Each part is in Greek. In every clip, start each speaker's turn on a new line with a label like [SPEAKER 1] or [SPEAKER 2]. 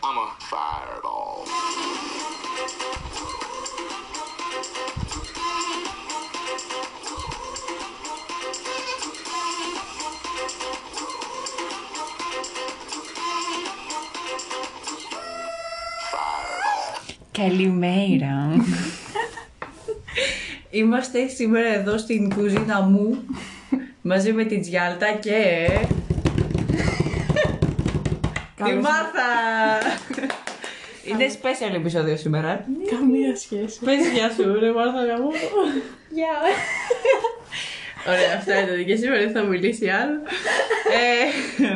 [SPEAKER 1] comma, fireball.
[SPEAKER 2] Καλημέρα. Είμαστε σήμερα εδώ στην κουζίνα μου μαζί με την Τζιάλτα και τη
[SPEAKER 3] Καλώς-
[SPEAKER 2] Μάρθα. Είναι special επεισόδιο σήμερα.
[SPEAKER 3] Καμία σχέση.
[SPEAKER 2] Πες γεια σου, ρε Μάρθα γαμό.
[SPEAKER 3] Γεια.
[SPEAKER 2] Ωραία, αυτά ήταν και σήμερα δεν θα μιλήσει άλλο. Ε,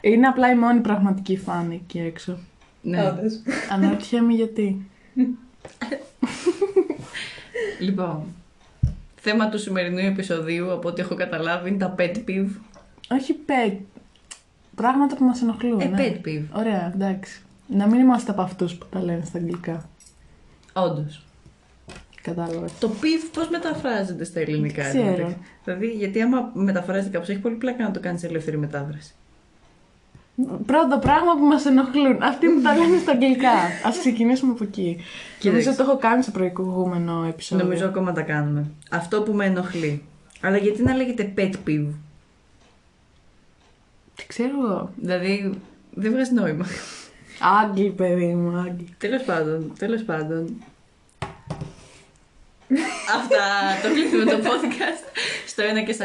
[SPEAKER 3] Είναι απλά η μόνη πραγματική φάνη εκεί έξω.
[SPEAKER 2] ναι.
[SPEAKER 3] Αναρωτιέμαι γιατί.
[SPEAKER 2] Λοιπόν, θέμα του σημερινού επεισοδίου από ό,τι έχω καταλάβει είναι τα pet peeve.
[SPEAKER 3] Όχι πε. Πράγματα που μας ενοχλούν.
[SPEAKER 2] Ε,
[SPEAKER 3] ναι.
[SPEAKER 2] pet peeve.
[SPEAKER 3] Ωραία, εντάξει. Να μην είμαστε από αυτούς που τα λένε στα αγγλικά.
[SPEAKER 2] Όντως.
[SPEAKER 3] Κατάλαβες.
[SPEAKER 2] Το πιβ πώς μεταφράζεται στα ελληνικά,
[SPEAKER 3] Δεν ξέρω.
[SPEAKER 2] δηλαδή. Δηλαδή, γιατί άμα μεταφράζεται κάπως, έχει πολύ πλάκα να το κάνεις ελεύθερη μετάφραση.
[SPEAKER 3] Πρώτο πράγμα που μας ενοχλούν. Αυτοί που τα λένε στα αγγλικά. Ας ξεκινήσουμε από εκεί. Νομίζω το έχω κάνει στο προηγούμενο επεισόδιο.
[SPEAKER 2] Νομίζω ακόμα τα κάνουμε. Αυτό που με ενοχλεί. Αλλά γιατί να λέγεται pet peeve.
[SPEAKER 3] Τι ξέρω εγώ.
[SPEAKER 2] Δηλαδή, δεν βγάζει νόημα.
[SPEAKER 3] Άγγλοι, παιδί μου, Άγγλοι.
[SPEAKER 2] τέλος πάντων, τέλος πάντων. Αυτά το κλείνουμε το podcast στο 1 και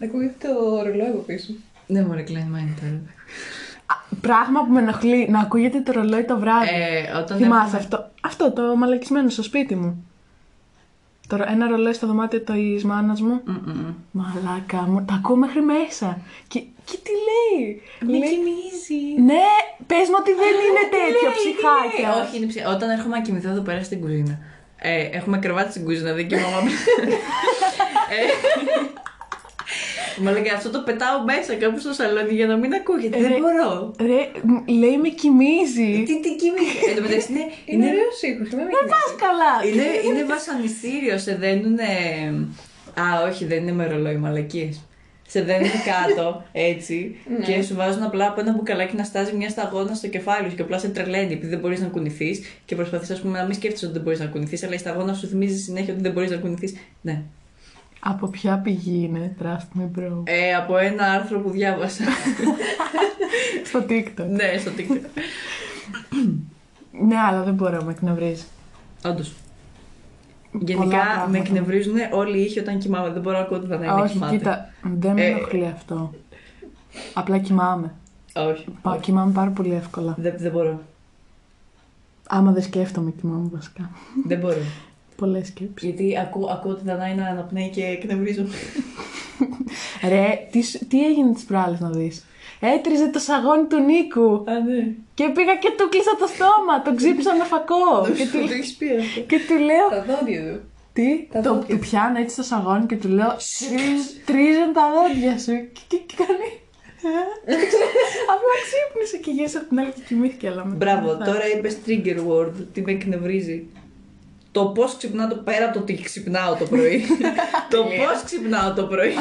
[SPEAKER 2] 40.
[SPEAKER 4] Ακούγεται το ρολόι από πίσω.
[SPEAKER 2] Ναι, μωρέ, κλείνουμε είναι τώρα.
[SPEAKER 3] Α, Πράγμα που με ενοχλεί να ακούγεται το ρολόι το βράδυ.
[SPEAKER 2] Ε, όταν
[SPEAKER 3] Θυμάσαι αυτό. Αυτό το μαλακισμένο στο σπίτι μου. Το, ρο- ένα ρολόι στο δωμάτιο το της μάνας μου.
[SPEAKER 2] Μμμ, μμμ.
[SPEAKER 3] Μαλάκα μου, τα ακούω μέχρι μέσα. Και, και τι λέει.
[SPEAKER 2] Με
[SPEAKER 3] λέει
[SPEAKER 2] κοιμίζει.
[SPEAKER 3] ναι, πες μου ότι δεν είναι
[SPEAKER 2] Τι
[SPEAKER 3] τέτοιο
[SPEAKER 2] λέει, τι λέει.
[SPEAKER 3] ψυχάκια.
[SPEAKER 2] Όχι, είναι ψυχάκια. Όταν έρχομαι να κοιμηθώ εδώ πέρα στην κουζίνα. Ε, έχουμε κρεβάτι στην κουζίνα, δεν κοιμάμαι. ε, Μα λέγε αυτό το πετάω μέσα κάπου στο σαλόνι για να μην ακούγεται.
[SPEAKER 3] Ρε.
[SPEAKER 2] δεν μπορώ.
[SPEAKER 3] Ρε, μ, λέει με κοιμίζει.
[SPEAKER 2] Τι, τι κοιμήθηκε. Εν τω μεταξύ είναι,
[SPEAKER 4] Είναι
[SPEAKER 2] είναι,
[SPEAKER 4] ωραίος ήχος. Δεν με
[SPEAKER 3] Δεν πα καλά.
[SPEAKER 2] είναι, είναι βασανιστήριο. Σε δένουν. Α, όχι, δεν είναι με ρολόι, μαλακίες. Σε δένουν κάτω, έτσι,
[SPEAKER 3] Ναι.
[SPEAKER 2] και σου βάζουν απλά από ένα μπουκαλάκι να στάζει μια σταγόνα στο κεφάλι σου και απλά σε τρελαίνει επειδή δεν μπορείς να κουνηθείς και προσπαθείς, ας πούμε, να μην σκέφτεσαι ότι δεν μπορείς να κουνηθείς, αλλά η σταγόνα σου θυμίζει συνέχεια ότι δεν μπορείς να κουνηθείς. Ναι.
[SPEAKER 3] Από ποια πηγή είναι, trust me bro.
[SPEAKER 2] Ε, από ένα άρθρο που διάβασα.
[SPEAKER 3] Στο TikTok.
[SPEAKER 2] ναι, στο TikTok.
[SPEAKER 3] Ναι, αλλά δεν μπορώ να με εκνευρίζει.
[SPEAKER 2] Όντως.
[SPEAKER 3] Πολλά
[SPEAKER 2] Γενικά
[SPEAKER 3] πράγματα.
[SPEAKER 2] με εκνευρίζουν όλοι οι ήχοι όταν κοιμάμαι. Δεν μπορώ να ακούω τίποτα να
[SPEAKER 3] Α,
[SPEAKER 2] είναι
[SPEAKER 3] Όχι,
[SPEAKER 2] κοιμάται.
[SPEAKER 3] κοίτα, δεν με
[SPEAKER 2] Ε.
[SPEAKER 3] ενοχλεί αυτό. Απλά κοιμάμαι.
[SPEAKER 2] Όχι.
[SPEAKER 3] Πα- Κοιμάμαι πάρα πολύ εύκολα.
[SPEAKER 2] Δεν, δεν μπορώ.
[SPEAKER 3] Άμα δεν σκέφτομαι, κοιμάμαι βασικά.
[SPEAKER 2] δεν μπορώ.
[SPEAKER 3] Πολλές σκέψεις.
[SPEAKER 2] Γιατί ακούω, ακούω την Δανάη να αναπνέει και εκνευρίζω.
[SPEAKER 3] Ρε, τις, σ- τι έγινε τις προάλλες να δεις. Έτριζε το σαγόνι του Νίκου
[SPEAKER 2] Α, ναι.
[SPEAKER 3] και πήγα και του κλείσα το στόμα. Τον ξύπνησα με φακό. και,
[SPEAKER 2] Του το
[SPEAKER 3] του,
[SPEAKER 2] έχεις πει αυτό.
[SPEAKER 3] και του λέω.
[SPEAKER 4] Τα δόντια του.
[SPEAKER 3] Τι,
[SPEAKER 4] τα
[SPEAKER 3] το,
[SPEAKER 4] δόντια.
[SPEAKER 3] του πιάνω έτσι το σαγόνι και του λέω. «Τρίζ- Τρίζουν τα δόντια σου. Και, και, και κάνει. «Ε?» Απλά ξύπνησε και γύρισε από την άλλη και κοιμήθηκε. Αλλά μετά
[SPEAKER 2] Μπράβο,
[SPEAKER 3] θα-
[SPEAKER 2] τώρα είπες trigger word, τι με εκνευρίζει. Το πώς ξυπνάω το πέρα από το ότι ξυπνάω το πρωί. το πώς ξυπνάω το πρωί.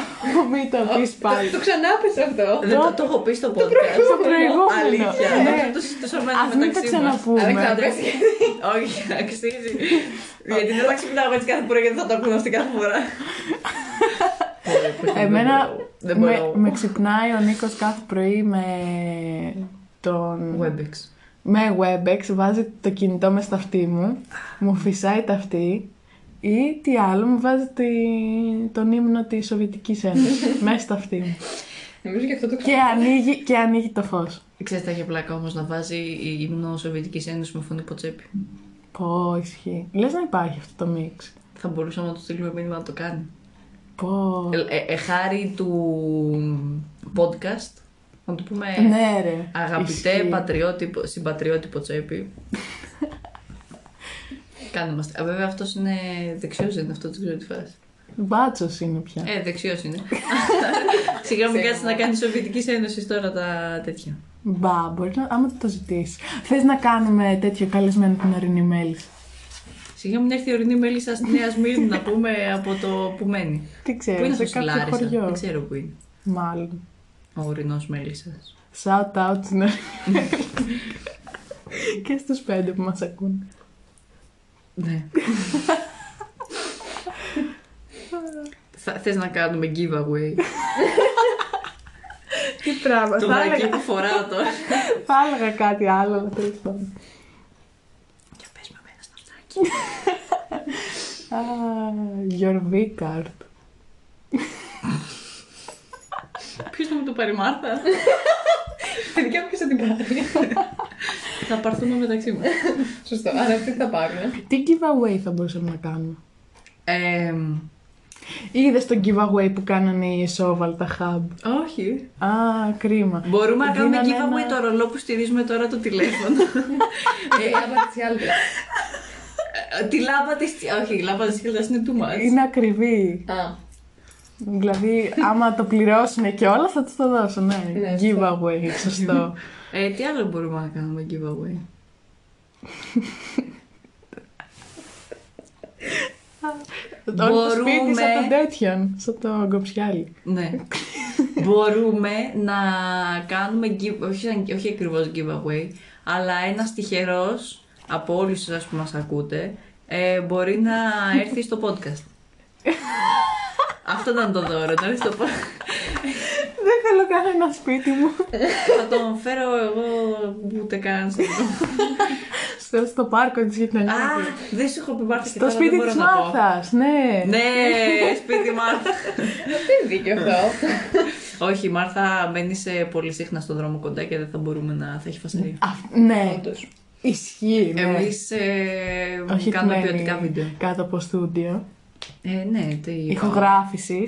[SPEAKER 3] Μην το πεις πάλι.
[SPEAKER 4] Το ξανάπεσε αυτό.
[SPEAKER 2] Δεν το, το έχω πει στο podcast.
[SPEAKER 3] Το προηγούμενο.
[SPEAKER 2] Αλήθεια.
[SPEAKER 3] Ναι.
[SPEAKER 2] Νομίζω το συζητούσαμε
[SPEAKER 3] Ας μην το
[SPEAKER 2] μεταξύ μας.
[SPEAKER 3] ξαναπούμε.
[SPEAKER 2] Αλλά ξαναπες. Όχι, αξίζει. Γιατί δεν θα ξυπνάω έτσι κάθε πρωί γιατί θα το ακούω αυτή κάθε φορά.
[SPEAKER 3] Ε,
[SPEAKER 2] Ε,
[SPEAKER 3] Εμένα
[SPEAKER 2] δεν
[SPEAKER 3] με,
[SPEAKER 2] μπορώ.
[SPEAKER 3] με ξυπνάει ο Νίκος κάθε πρωί με τον...
[SPEAKER 2] Webex.
[SPEAKER 3] Με Webex, βάζει το κινητό μες στα αυτή μου, μου φυσάει τα αυτή ή τι άλλο, μου βάζει τη... τον ύμνο της Σοβιετικής Ένωσης μέσα στα αυτή μου.
[SPEAKER 4] Νομίζω και αυτό το
[SPEAKER 3] και, ανοίγει, και ανοίγει το φως.
[SPEAKER 2] Ξέρεις, τα είχε πλάκα όμως να βάζει η ύμνο Σοβιετικής Ένωσης με φωνή ποτσέπη.
[SPEAKER 3] Πω, ισχύει. Λες να υπάρχει αυτό το μίξ.
[SPEAKER 2] Θα μπορούσαμε να του στείλουμε μήνυμα να το κάνει.
[SPEAKER 3] Πω.
[SPEAKER 2] Ε, ε, χάρη του podcast, να του πούμε
[SPEAKER 3] ναι ρε.
[SPEAKER 2] Ε, αγαπητέ
[SPEAKER 3] Ισχύει.
[SPEAKER 2] πατριώτη, πο- συμπατριώτη ποτσέπη. Κάνε μας. Α, Βέβαια αυτός είναι δεξιός, είναι αυτός, δεν ξέρω τι φάση.
[SPEAKER 3] Μπάτσος είναι πια.
[SPEAKER 2] Ε, δεξιός είναι. Σιγά μην κάτσε να κάνεις Σοβιετικής Ένωσης τώρα τα τέτοια.
[SPEAKER 3] Μπα, μπορείς να, άμα το ζητήσεις. Θες να κάνουμε τέτοιο καλεσμένο την ορεινή μέλη.
[SPEAKER 2] Σιγά μην έρθει η ορεινή μέλισσα στη Νέα Σμύρνη να πούμε από το που μένει.
[SPEAKER 3] Τι
[SPEAKER 2] Πού
[SPEAKER 3] ξέρω,
[SPEAKER 2] είναι
[SPEAKER 3] σε
[SPEAKER 2] αυτό στη
[SPEAKER 3] κάποιο
[SPEAKER 2] Λάρισα,
[SPEAKER 3] χωριό.
[SPEAKER 2] δεν ξέρω πού είναι.
[SPEAKER 3] Μάλλον.
[SPEAKER 2] Ο ουρινό μέλισσας.
[SPEAKER 3] Shout out στην Και στους πέντε που μας ακούν.
[SPEAKER 2] Ναι. Θα, θες να κάνουμε giveaway.
[SPEAKER 3] Τι πράγμα,
[SPEAKER 2] το
[SPEAKER 3] θα
[SPEAKER 2] βρακί
[SPEAKER 3] έλεγα,
[SPEAKER 2] που φοράω τώρα.
[SPEAKER 3] θα έλεγα κάτι άλλο, αλλά τέλος πάντων.
[SPEAKER 2] Και πες με ένα σταυτάκι.
[SPEAKER 3] Α, Your V-card.
[SPEAKER 2] Ποιος θα μου το πάρει Μάρθα.
[SPEAKER 4] Τη δικιά μου ποιος θα την πάρει.
[SPEAKER 2] θα πάρθουμε μεταξύ μας.
[SPEAKER 4] Σωστό. Άρα αυτή θα πάρουν.
[SPEAKER 3] Τι giveaway θα μπορούσαμε να κάνουμε.
[SPEAKER 2] Ε,
[SPEAKER 3] Είδες το giveaway που κάνανε οι Εσόβαλ τα hub.
[SPEAKER 2] όχι.
[SPEAKER 3] Α, κρίμα.
[SPEAKER 2] Μπορούμε να κάνουμε
[SPEAKER 3] Δίνανε
[SPEAKER 2] giveaway
[SPEAKER 3] ένα-
[SPEAKER 2] το ρολό που στηρίζουμε τώρα το τηλέφωνο.
[SPEAKER 4] Ε, άμα τις άλλες.
[SPEAKER 2] Ε, Τη λάμπα της... Όχι, η λάμπα της χίλιας είναι too much.
[SPEAKER 3] Είναι ακριβή.
[SPEAKER 4] Α,
[SPEAKER 3] Δηλαδή, άμα το πληρώσουν και όλα, θα τους το δώσω. Ναι,
[SPEAKER 4] Ναι,
[SPEAKER 3] giveaway, σωστό.
[SPEAKER 2] Ε, τι άλλο μπορούμε να κάνουμε giveaway.
[SPEAKER 3] Όλο το σπίτι
[SPEAKER 2] Μπορούμε.
[SPEAKER 3] σαν τον τέτοιον, σαν το γκοψιάλι.
[SPEAKER 2] Ναι. Μπορούμε να κάνουμε, give- όχι, σαν- όχι ακριβώς giveaway, αλλά ένας τυχερός από όλους εσάς που μας ακούτε ε, μπορεί να έρθει στο podcast. Αυτό ήταν το δώρο, να έρθει στο podcast.
[SPEAKER 3] Δεν θέλω κανένα σπίτι μου.
[SPEAKER 2] Θα τον φέρω εγώ ούτε καν στο
[SPEAKER 3] στο, στο πάρκο της γειτονιάς.
[SPEAKER 2] Α, δεν σου έχω πει Μάρθα και
[SPEAKER 3] Το
[SPEAKER 2] τώρα δεν
[SPEAKER 3] σπίτι
[SPEAKER 2] μπορώ
[SPEAKER 3] τη
[SPEAKER 2] να πω.
[SPEAKER 3] Μάρθας, ναι.
[SPEAKER 2] Ναι, σπίτι Μάρθα.
[SPEAKER 4] δεν είναι δίκιο αυτό.
[SPEAKER 2] Όχι, η Μάρθα μπαίνεις σε πολύ συχνά στον δρόμο κοντά και δεν θα μπορούμε να. θα έχει φασαρία.
[SPEAKER 3] Α, ναι.
[SPEAKER 4] Όντως.
[SPEAKER 3] Ισχύει. Ναι.
[SPEAKER 2] Εμείς ε,
[SPEAKER 3] Όχι
[SPEAKER 2] κάνουμε
[SPEAKER 3] τμένη
[SPEAKER 2] ποιοτικά βίντεο.
[SPEAKER 3] Κάτω από στούντιο.
[SPEAKER 2] Ε, ναι, τι.
[SPEAKER 3] Ηχογράφηση.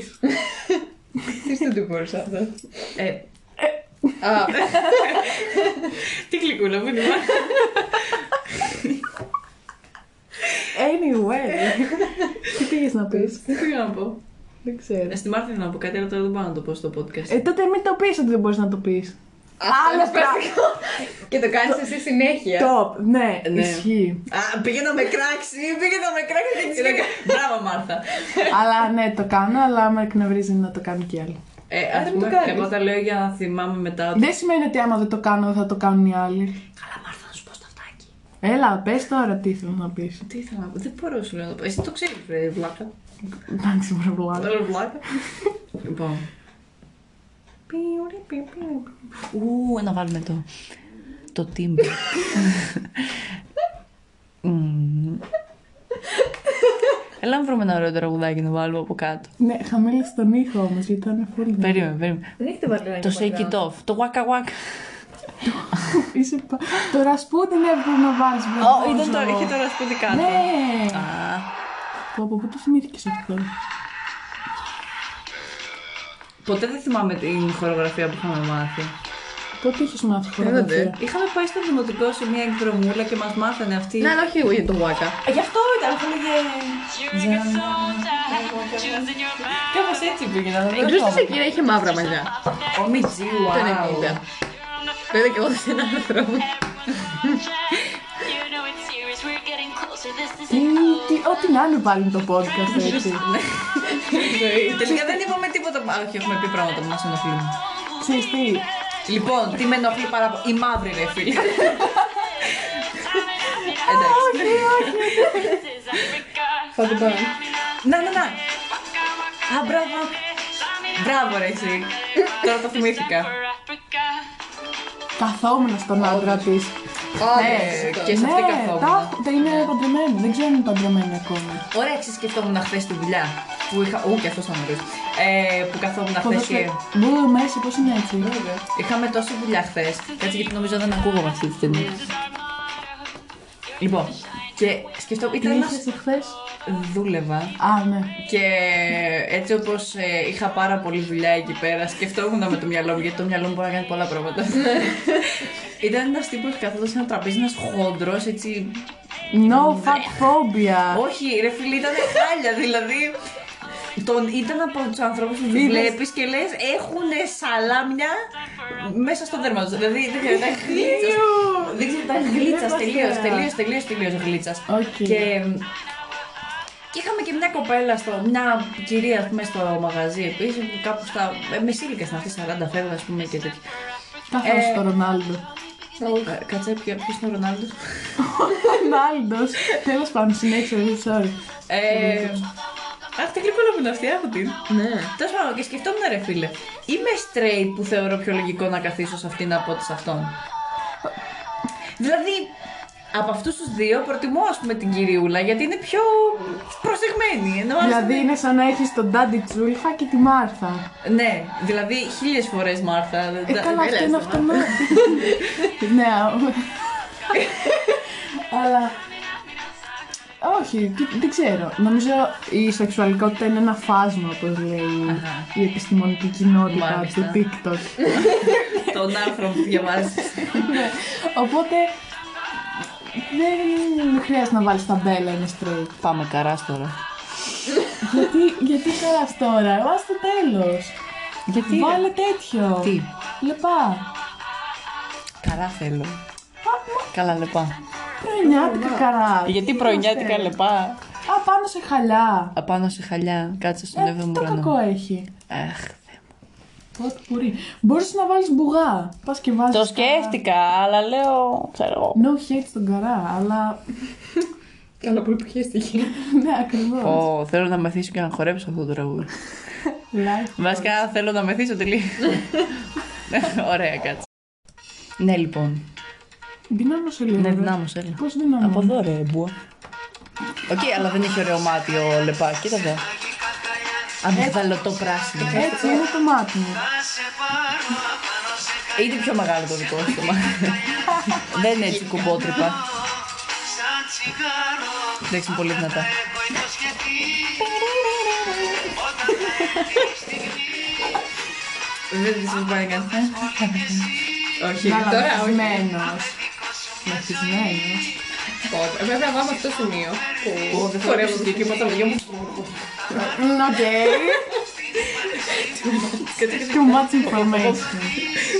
[SPEAKER 4] Τι δεν του μπορούσα αυτό.
[SPEAKER 2] Ε,
[SPEAKER 4] Α,
[SPEAKER 2] τι κλικούλα, μην υπάρχει.
[SPEAKER 3] Anyway. Τι πήγες να πεις.
[SPEAKER 2] Τι πήγα να πω.
[SPEAKER 3] Δεν ξέρω.
[SPEAKER 2] Ε, Στη Μάρθα ήθελα να πω κάτι, αλλά τώρα δεν μπορώ να το πω στο podcast.
[SPEAKER 3] Ε, τότε μην το πεις ότι δεν μπορείς να το πεις.
[SPEAKER 4] αυτό
[SPEAKER 3] Άλλο
[SPEAKER 4] είναι πρακτικό. Και το κάνεις εσύ συνέχεια.
[SPEAKER 3] Top, ναι,
[SPEAKER 2] Ναι.
[SPEAKER 3] ισχύει.
[SPEAKER 2] Α, πήγε να με κράξει, πήγε να με κράξει και τη Μπράβο, Μάρθα.
[SPEAKER 3] αλλά ναι, το κάνω, αλλά άμα εκνευρίζει να το κάνουν κι άλλοι.
[SPEAKER 2] Ε,
[SPEAKER 4] Άρα
[SPEAKER 2] ας
[SPEAKER 4] μην το
[SPEAKER 2] πούμε,
[SPEAKER 4] κάνεις.
[SPEAKER 2] εγώ τα λέω για να θυμάμαι μετά. ότι-
[SPEAKER 3] Δεν σημαίνει ότι άμα δεν το κάνω δεν θα το κάνουν οι άλλοι.
[SPEAKER 2] Καλά, Μάρθα, να σου πω σταυτάκι.
[SPEAKER 3] Έλα, πες τώρα τι θέλω να πεις.
[SPEAKER 2] Τι ήθελα να πω, δεν μπορώ σου λέω να το πω. Εσύ το ξέρεις, ρε Βλάκα.
[SPEAKER 3] Εντάξει, μωρέ, βλάκα.
[SPEAKER 2] Ρε Βλάκα. Λοιπόν. Ου, να βάλουμε το. Το τίμπι. Έλα να βρούμε ένα ωραίο τραγουδάκι να βάλουμε από κάτω.
[SPEAKER 3] Ναι, χαμήλωσε τον ήχο όμως, γιατί ήταν full. ναι.
[SPEAKER 2] Περίμενε, περίμενε.
[SPEAKER 4] Δεν έχετε βάλει ένα
[SPEAKER 2] Το shake it off. Το waka waka.
[SPEAKER 3] Είσαι πα... Το ρασπούτιν έπρεπε ναι, να βάλει.
[SPEAKER 2] Ω, ήταν το, είχε το ρασπούτι κάτω.
[SPEAKER 3] Ναι!
[SPEAKER 2] Α,
[SPEAKER 3] Πω, πω, πού το θυμήθηκες αυτό.
[SPEAKER 2] Ποτέ δεν θυμάμαι την χορογραφία που είχαμε μάθει.
[SPEAKER 3] Πότε είχες
[SPEAKER 2] Ε,
[SPEAKER 3] μάθει χορογραφία.
[SPEAKER 2] Είχαμε πάει στο δημοτικό σε μια εκδρομούλα και μας μάθανε αυτή.
[SPEAKER 4] Ναι, αλλά όχι για το Waka.
[SPEAKER 2] Ε, Γι' αυτό ήταν, αυτό λέγε... Κάπως έτσι πήγε να
[SPEAKER 4] Η
[SPEAKER 2] δω.
[SPEAKER 4] Κρίστη εκείνα είχε μαύρα μαλλιά.
[SPEAKER 2] Ο Μιτζί,
[SPEAKER 4] Το 90. Το είδα και εγώ σε ένα άρθρο.
[SPEAKER 3] Ή τι, ό,τι να είναι πάλι το podcast έτσι.
[SPEAKER 2] Τελικά δεν είπαμε τίποτα. Α, Όχι, έχουμε πει πράγματα που μας ενοχλούν.
[SPEAKER 3] Ξέρεις τι,
[SPEAKER 2] Λοιπόν, τι με ενοχλεί πάρα πολύ. Η μαύρη ρε φίλη. Εντάξει.
[SPEAKER 4] Θα το πάμε.
[SPEAKER 2] Να, να, να. Α, μπράβο. Μπράβο ρε εσύ. Τώρα το θυμήθηκα.
[SPEAKER 3] καθόμουν στον άντρα της.
[SPEAKER 2] Ναι, και σε αυτή καθόμουν.
[SPEAKER 3] τα, τα είναι παντρεμένοι, δεν ξέρουν είναι παντρεμένοι ακόμα.
[SPEAKER 2] Ωραία, ξεσκεφτόμουν χθες τη δουλειά. Που είχα. Ού, και αυτός ήταν ωραίος. Ε, που καθόμουν χθες και.
[SPEAKER 3] Μπού, μέση, πώς είναι
[SPEAKER 2] Ε,
[SPEAKER 3] έτσι.
[SPEAKER 2] Είχαμε τόση δουλειά χθες. Έτσι, γιατί νομίζω δεν ακούγαμε αυτή τη στιγμή. Λοιπόν, και σκεφτόμουν.
[SPEAKER 3] Τι
[SPEAKER 2] Ήταν ένας-
[SPEAKER 3] είχες εχθές.
[SPEAKER 2] Δούλευα
[SPEAKER 3] Α, ναι.
[SPEAKER 2] Και έτσι όπως είχα πάρα πολλή δουλειά εκεί πέρα, σκεφτόμουν με το μυαλό μου, γιατί το μυαλό μου μπορεί να κάνει πολλά πράγματα. Ήταν ένας τύπος που καθόταν σε ένα τραπέζι, ένας χοντρό, έτσι.
[SPEAKER 3] No fat phobia.
[SPEAKER 2] Όχι, ρε φίλε, ήταν χάλια, δηλαδή. Τον, ήταν από τους ανθρώπους που του
[SPEAKER 3] Είδες.
[SPEAKER 2] βλέπεις και λες: Έχουν σαλάμια μέσα στο δέρμα τους. Δηλαδή δεν ξέρω, ήταν γλίτσας. Δεν ξέρω, ήταν γλίτσας
[SPEAKER 3] Δεν
[SPEAKER 2] τελείω,
[SPEAKER 3] πας καλά.
[SPEAKER 2] τελείως, τελείως, τελείως γλίτσας.
[SPEAKER 3] Οκ.
[SPEAKER 2] Και Και είχαμε και μια κοπέλα, στο, μια κυρία ας πούμε, στο μαγαζί επίσης, που κάπου στα. ε, μεσήλικα ήταν αυτή, 40 φεύγα, ας πούμε και τέτοια.
[SPEAKER 3] Τα χάσε το Ρονάλντο.
[SPEAKER 2] Ε, Κάτσε, ποιο ποιος είναι ο Ρονάλντος.
[SPEAKER 3] Ρονάλντος. Τέλος πάντων, συνέχισε, δεν sorry.
[SPEAKER 2] Ε, αχ, τι γλυκούλα που είναι αυτή, έχω την.
[SPEAKER 4] Ναι.
[SPEAKER 2] Τέλος πάντων, και σκεφτόμουν, ρε φίλε, είμαι straight που θεωρώ πιο λογικό να καθίσω σε αυτήν από ότι σε αυτόν. Δηλαδή, από αυτούς τους δύο προτιμώ, ας πούμε, την κυριούλα γιατί είναι πιο προσεγμένη. Ενώ, ας
[SPEAKER 3] Δηλαδή
[SPEAKER 2] πούμε,
[SPEAKER 3] είναι σαν να έχεις τον Ντάντι Τσούλφα και τη Μάρθα.
[SPEAKER 2] Ναι, δηλαδή χίλιες φορές Μάρθα. Ναι, δεν-
[SPEAKER 3] Ε, καλά,
[SPEAKER 4] λες,
[SPEAKER 3] αυτό είναι
[SPEAKER 4] ε,
[SPEAKER 3] αυτονόητο. Ναι, α- αλλά... Όχι, τι- δεν ξέρω. Νομίζω η σεξουαλικότητα είναι ένα φάσμα, όπως λέει
[SPEAKER 2] Αχα.
[SPEAKER 3] η επιστημονική κοινότητα
[SPEAKER 2] Μάλιστα.
[SPEAKER 3] του TikTok.
[SPEAKER 2] Τον άρθρο που διαβάζεις.
[SPEAKER 3] Οπότε δεν χρειάζεται να βάλεις ταμπέλα, είναι straight.
[SPEAKER 2] Πάμε καράς τώρα.
[SPEAKER 3] γιατί, γιατί χαράς τώρα, βάζ το τέλος.
[SPEAKER 2] Γιατί.
[SPEAKER 3] Βάλε τέτοιο.
[SPEAKER 2] Τι.
[SPEAKER 3] Λεπά.
[SPEAKER 2] Καρά θέλω. Καλά λεπά.
[SPEAKER 3] Πρωινιάτικα καρά.
[SPEAKER 2] Γιατί πρωινιάτικα λεπά.
[SPEAKER 3] Α, πάνω σε χαλιά.
[SPEAKER 2] Απάνω σε χαλιά, κάτσε στον
[SPEAKER 3] Ε,
[SPEAKER 2] εύρο μου
[SPEAKER 3] το
[SPEAKER 2] ουρανό.
[SPEAKER 3] κακό έχει.
[SPEAKER 2] Αχ, Θεέ μου.
[SPEAKER 3] Ό,τι μπορεί. Μπορείς να βάλεις μπουγά. Πας και βάζεις...
[SPEAKER 2] Το
[SPEAKER 3] καρά.
[SPEAKER 2] σκέφτηκα, αλλά λέω. ξέρω εγώ.
[SPEAKER 3] No hate στον καρά, αλλά...
[SPEAKER 4] Καλά που επιχειρήστηκε.
[SPEAKER 3] ναι, ακριβώς.
[SPEAKER 2] Ω, θέλω να μεθύσω και να χορέψω αυτό το τραγούδι.
[SPEAKER 3] Life
[SPEAKER 2] Βασικά θέλω να μεθύσω τελείως. Ωραία, κάτσε. Ναι, λοιπόν.
[SPEAKER 3] Δυνάμωσε λίγο.
[SPEAKER 2] Ναι,
[SPEAKER 3] ρε.
[SPEAKER 2] δυνάμωσε, έλα.
[SPEAKER 3] Πώς δυνάμωσε.
[SPEAKER 2] Από εδώ ρε, μπουα. Οκ, αλλά δεν έχει ωραίο μάτι ο Λεπάς, κοίτα εδώ. Αμυγδαλωτό πράσινο.
[SPEAKER 3] Έτσι είναι το μάτι μου.
[SPEAKER 2] Είναι πιο μεγάλο το δικό σου το μάτι. Δεν είναι έτσι κουμπότρυπα. Εντάξει, είναι πολύ δυνατά. Δεν της σου πάει κανένα.
[SPEAKER 4] Όχι, τώρα όχι.
[SPEAKER 3] Γαλανθισμένος. Μεθυσμένος.
[SPEAKER 4] Τότε. Βέβαια, πάμε αυτό το σημείο που δεν χορεύω και εκεί τα παιδιά μου.
[SPEAKER 3] Mm, Οκ. Too much information.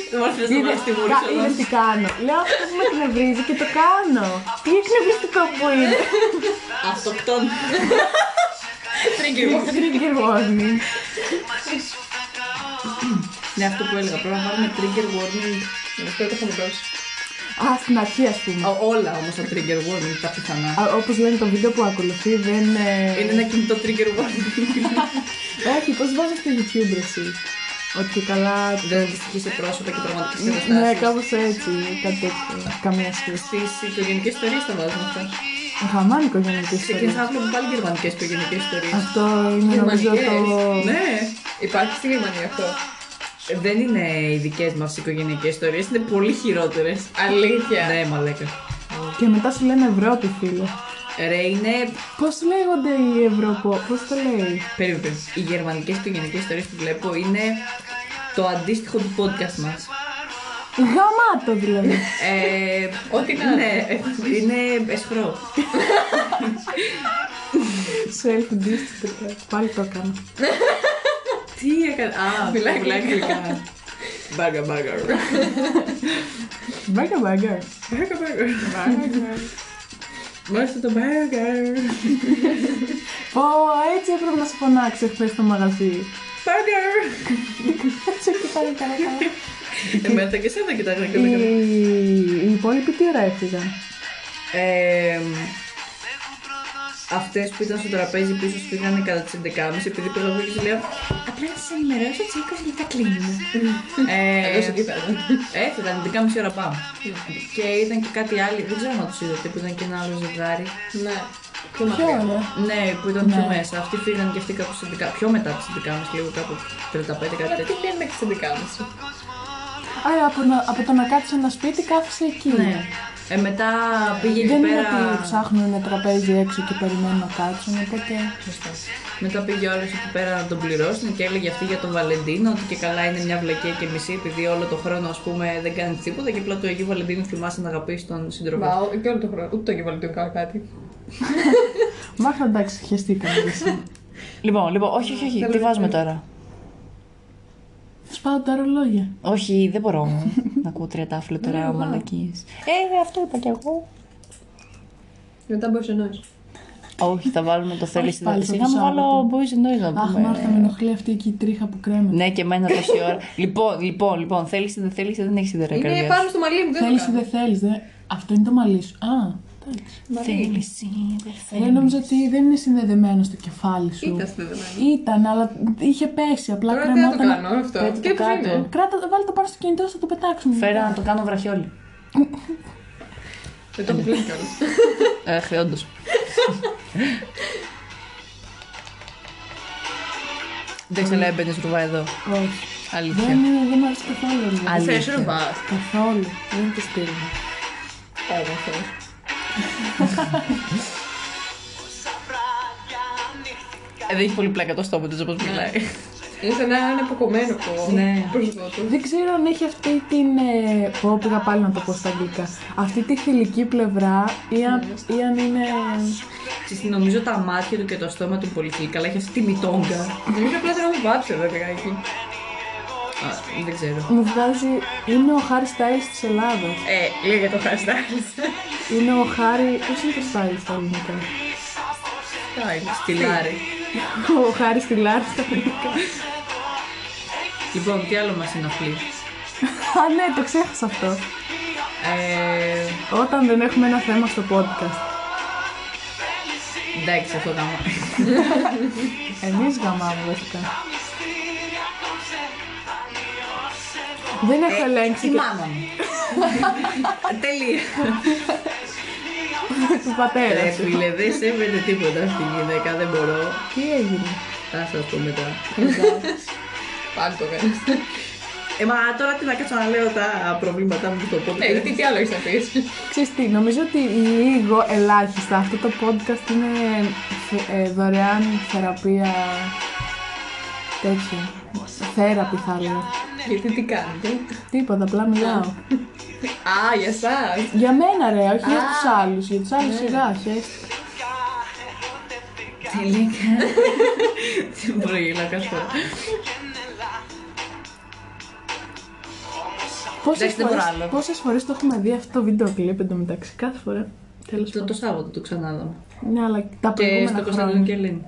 [SPEAKER 2] Δεν μου αρέσει να
[SPEAKER 3] Είδες-
[SPEAKER 2] στη
[SPEAKER 3] κα- είδες τι κάνω. Λέω αυτό που με εκνευρίζει και το κάνω. Τι εκνευριστικό που είναι.
[SPEAKER 2] Αυτοκτόν.
[SPEAKER 4] Τρίγκερ.
[SPEAKER 3] Trigger warning.
[SPEAKER 2] Ναι, αυτό που έλεγα. Πρέπει να βάλουμε trigger warning.
[SPEAKER 4] Αυτό το έχουμε δώσει.
[SPEAKER 3] Α, στην αρχή ας πούμε.
[SPEAKER 2] Ό, Όλα όμως τα trigger warning, τα πιθανά.
[SPEAKER 3] Α, Όπως λένε το βίντεο που ακολουθεί δεν... ε,
[SPEAKER 2] Είναι ένα κινητό trigger warning.
[SPEAKER 3] Όχι, πώς βάζεις στο YouTube ρε εσύ. Ότι και καλά...
[SPEAKER 2] Δεν αντιστοιχεί σε πρόσωπα και πραγματικέ
[SPEAKER 3] Ναι,
[SPEAKER 2] καταστάσει.
[SPEAKER 3] κάπως έτσι, κάτι τέτοιο. Καμία σχέση.
[SPEAKER 2] Στις οικογενικές ιστορίες τα βάζουμε αυτά.
[SPEAKER 3] Γαμάνικο οικογενειακή
[SPEAKER 2] Ξεκίνησα
[SPEAKER 3] ιστορία.
[SPEAKER 2] να βλέπω πάλι γερμανικές οικογενικές ιστορίες.
[SPEAKER 3] Αυτό είναι νομίζω το...
[SPEAKER 4] Γερμανικές.
[SPEAKER 2] Ναι.
[SPEAKER 4] Υπάρχει στη Γερμανία αυτό.
[SPEAKER 2] Ε, Δεν είναι οι δικέ μα οικογενειακές ιστορίες, είναι πολύ χειρότερες.
[SPEAKER 4] Αλήθεια.
[SPEAKER 2] Ναι, μαλέκα.
[SPEAKER 3] Και μετά σου λένε Ευρώπη, φίλε.
[SPEAKER 2] Ρε, είναι
[SPEAKER 3] Πώς λέγονται οι Ευρώπο... Πώς το λέει.
[SPEAKER 2] Περίμενε. περίμενε. Οι γερμανικές οικογενειακές ιστορίες που βλέπω είναι το αντίστοιχο του podcast μας.
[SPEAKER 3] Γαμάτο δηλαδή.
[SPEAKER 2] Ε,
[SPEAKER 4] Ό,τι να
[SPEAKER 2] ναι, ε, είναι εσχρό.
[SPEAKER 3] Self district. Πάλι το έκανα.
[SPEAKER 2] Τι έκανε. Α,
[SPEAKER 4] Μιλάει
[SPEAKER 2] μιλάει
[SPEAKER 4] αγγλικά.
[SPEAKER 2] αγγλικά. Μπάγκα, μπάγκα.
[SPEAKER 3] Μπάγκα μπάγκα.
[SPEAKER 2] Μπάγκα, μπάγκα. Μάλιστα το μπάγκα.
[SPEAKER 3] Πω, έτσι έπρεπε να σε φωνάξει χθες στο μαγαζί.
[SPEAKER 2] Μπάγκα.
[SPEAKER 3] Σε κοιτάει καλά καλά.
[SPEAKER 2] Εμένα τα Ε, και εσένα κοιτάξα και
[SPEAKER 3] Οι,
[SPEAKER 2] όλα καλά.
[SPEAKER 3] οι υπόλοιποι τι ώρα έφυγαν.
[SPEAKER 2] Ε, Αυτές που ήταν στο τραπέζι πίσω φύγανε κατά τις 11.30 επειδή πήγα εγώ και της λέω Απλά να σα ενημερώσω ότι σε 20 λεπτά κλείνουμε.
[SPEAKER 4] Εγώ
[SPEAKER 2] Ε,
[SPEAKER 4] σε κοίταζα.
[SPEAKER 2] Έφυγαν 11.30 ώρα πάω. και ήταν και κάτι άλλο, δεν ξέρω αν του είδατε, που ήταν και ένα άλλο ζευγάρι.
[SPEAKER 4] Ναι. Πιο
[SPEAKER 3] Ποιο
[SPEAKER 4] μακριά.
[SPEAKER 3] ώρα.
[SPEAKER 2] Ναι, που ήταν πιο
[SPEAKER 3] Ναι.
[SPEAKER 2] μέσα. Αυτοί φύγαν και αυτοί κάπου στις 11, πιο μετά τις 11.30, λίγο κάπου 35, κάτι
[SPEAKER 4] Τώρα τι
[SPEAKER 2] τέτοιο.
[SPEAKER 4] λέμε μέχρι τι 11.30.
[SPEAKER 3] Άρα από, να- από το να κάτσεις σε ένα σπίτι κάθισε εκεί.
[SPEAKER 2] Ναι. Ε, μετά πήγε εκεί
[SPEAKER 3] Δεν είναι
[SPEAKER 2] πέρα.
[SPEAKER 3] ότι ψάχνουν ένα τραπέζι έξω και περιμένουν να κάτσουν, οπότε...
[SPEAKER 2] Σωστά. Μετά πήγε όλο εκεί πέρα να τον πληρώσουν και έλεγε αυτή για τον Βαλεντίνο ότι και καλά είναι μια βλακία και μισή, επειδή όλο το χρόνο ας πούμε δεν κάνει τίποτα και απλά του Αγίου Βαλεντίνου θυμάσαι να αγαπήσεις τον σύντροφο.
[SPEAKER 4] Βάω και όλο το χρόνο. Ούτε το γεβαλτίο κάνω κάτι.
[SPEAKER 3] Μάχα εντάξει, χεστήκαμε κι εσύ.
[SPEAKER 2] Λοιπόν, λοιπόν, όχι, όχι, όχι.
[SPEAKER 4] τι βάζουμε
[SPEAKER 2] τώρα.
[SPEAKER 3] Σπάω τα ρολόγια.
[SPEAKER 2] Όχι, δεν μπορώ να ακούω τριαντάφυλλο τώρα μαλακή. Ε, αυτό είπα κι εγώ.
[SPEAKER 4] Μετά μπορεί να εννοείς.
[SPEAKER 2] Όχι, θα βάλουμε το θέλεις
[SPEAKER 3] Όχι,
[SPEAKER 2] στην
[SPEAKER 3] πάλι
[SPEAKER 2] άλλη.
[SPEAKER 3] στο
[SPEAKER 2] Σιγά μου βάλω
[SPEAKER 3] Σάββατο.
[SPEAKER 2] boys and noise να
[SPEAKER 3] Αχ,
[SPEAKER 4] Ναι.
[SPEAKER 2] πούμε.
[SPEAKER 3] Μάρτα, με ενοχλεί αυτή εκεί η τρίχα που κρέμεται.
[SPEAKER 2] Ναι, και εμένα τόση ώρα. λοιπόν, λοιπόν, λοιπόν, θέλεις ή δεν θέλεις ή δεν έχεις σιδερά
[SPEAKER 4] Είναι πάνω στο μαλλί μου, δεν
[SPEAKER 3] Θέλει
[SPEAKER 4] το
[SPEAKER 3] ή
[SPEAKER 4] κάνω.
[SPEAKER 3] δεν θέλεις. Δε... Αυτό είναι το μαλλί σου. Α, εντάξει.
[SPEAKER 2] Θέλει ή δεν
[SPEAKER 3] Εγώ
[SPEAKER 2] θέλει.
[SPEAKER 3] νόμιζα ότι δεν είναι συνδεδεμένο στο κεφάλι σου.
[SPEAKER 4] Ήταν συνδεδεμένο.
[SPEAKER 3] Ήταν, αλλά είχε πέσει. Απλά
[SPEAKER 4] Τώρα τι να το
[SPEAKER 3] κρεμόταν.
[SPEAKER 4] κάνω αυτό.
[SPEAKER 2] Πέτω
[SPEAKER 4] Και
[SPEAKER 2] το
[SPEAKER 4] πώς
[SPEAKER 2] κάτω.
[SPEAKER 4] είναι.
[SPEAKER 3] Κράτα, βάλτε το πάνω στο κινητό, θα το πετάξουμε.
[SPEAKER 2] Φέρα να το κάνω βραχιόλι.
[SPEAKER 4] Δεν το έχω πλέον κιόλας.
[SPEAKER 2] Αχ, όντως. Δεν ξέρω, έμπαινε ρουβά εδώ.
[SPEAKER 3] Όχι.
[SPEAKER 2] Αλήθεια.
[SPEAKER 3] Δεν, είναι, δεν μου αρέσει καθόλου. ρε.
[SPEAKER 2] Αλήθεια. Ε,
[SPEAKER 4] Θες ρουβάς.
[SPEAKER 3] Καθόλου. Δεν είναι το στυλ μου.
[SPEAKER 2] Ε, Δεν έχει πολύ πλάκα το στόμα της όπως μιλάει.
[SPEAKER 4] Είναι σαν να είναι αποκομμένο από
[SPEAKER 2] Ναι.
[SPEAKER 4] πρόσωπό του.
[SPEAKER 3] Δεν ξέρω αν έχει αυτή την. ε, Πω, πήγα πάλι να το πω στα αγγλικά. Αυτή τη θηλυκή πλευρά ή αν,
[SPEAKER 4] Ναι.
[SPEAKER 3] ή αν είναι.
[SPEAKER 2] Ξέρεις, Νομίζω τα μάτια του και το στόμα του είναι πολύ κλικά, αλλά έχει αυτή τη μητόγκα.
[SPEAKER 4] Νομίζω απλά θέλω να μου βάψει εδώ λιγάκι.
[SPEAKER 2] Α, δεν ξέρω.
[SPEAKER 3] Μου βγάζει. Είναι ο Χάρι Στάιλ της Ελλάδας.
[SPEAKER 4] Ε, λίγα το χαστάρι.
[SPEAKER 3] Είναι ο Χάρι. Πώς είναι το Στάιλ στα ελληνικά.
[SPEAKER 2] Στη Λάρη.
[SPEAKER 3] Ο Χάρι στη Λάρη στα ελληνικά.
[SPEAKER 2] Λοιπόν, τι άλλο μας ενοχλεί.
[SPEAKER 3] Α, ναι, το ξέχασα αυτό.
[SPEAKER 2] Ε,
[SPEAKER 3] Όταν δεν έχουμε ένα θέμα στο podcast.
[SPEAKER 2] εντάξει, αυτό γάμα.
[SPEAKER 3] Εμείς γαμάμε βασικά. Δεν έχω ελέγξει
[SPEAKER 2] Η
[SPEAKER 3] και
[SPEAKER 2] μάνα μου. Τελεία.
[SPEAKER 3] του πατέρα.
[SPEAKER 2] Ρε φίλε, δεν σέβεται τίποτα αυτή η γυναίκα, δεν μπορώ.
[SPEAKER 3] Τι έγινε.
[SPEAKER 2] Θα σας πω μετά.
[SPEAKER 4] Πάλι το κάνεις.
[SPEAKER 2] Ε, μα τώρα τι να κάτσω να λέω τα προβλήματά μου στο podcast.
[SPEAKER 4] Ναι, γιατί τι άλλο έχεις να πεις.
[SPEAKER 3] Ξέρεις τι, νομίζω ότι λίγο ελάχιστα αυτό το podcast είναι ε, δωρεάν θεραπεία τέτοιο. Θέραπη θα λέω.
[SPEAKER 4] Γιατί τι κάνετε.
[SPEAKER 3] Τίποτα, απλά μιλάω.
[SPEAKER 4] Α, για σας.
[SPEAKER 3] Για μένα ρε, όχι για τους άλλους. Για τους άλλους
[SPEAKER 2] Ναι.
[SPEAKER 3] σιγά, χαίρεστε.
[SPEAKER 2] Τελικά. Δεν μπορώ να γελάω κάθε φορά.
[SPEAKER 3] Πόσες
[SPEAKER 2] Εντάξει, δεν μπορώ
[SPEAKER 3] φορές,
[SPEAKER 2] άλλο.
[SPEAKER 3] πόσες φορές το έχουμε δει αυτό το βίντεο κλιπ εντωμεταξύ, κάθε φορά. Τέλος
[SPEAKER 2] Το,
[SPEAKER 3] πάντων.
[SPEAKER 2] το Σάββατο το ξανάδαμε.
[SPEAKER 3] Ναι, αλλά τα
[SPEAKER 2] Και
[SPEAKER 3] προηγούμενα
[SPEAKER 2] στο Κωνσταντίνο
[SPEAKER 3] χρόνια.
[SPEAKER 2] και Ελένης.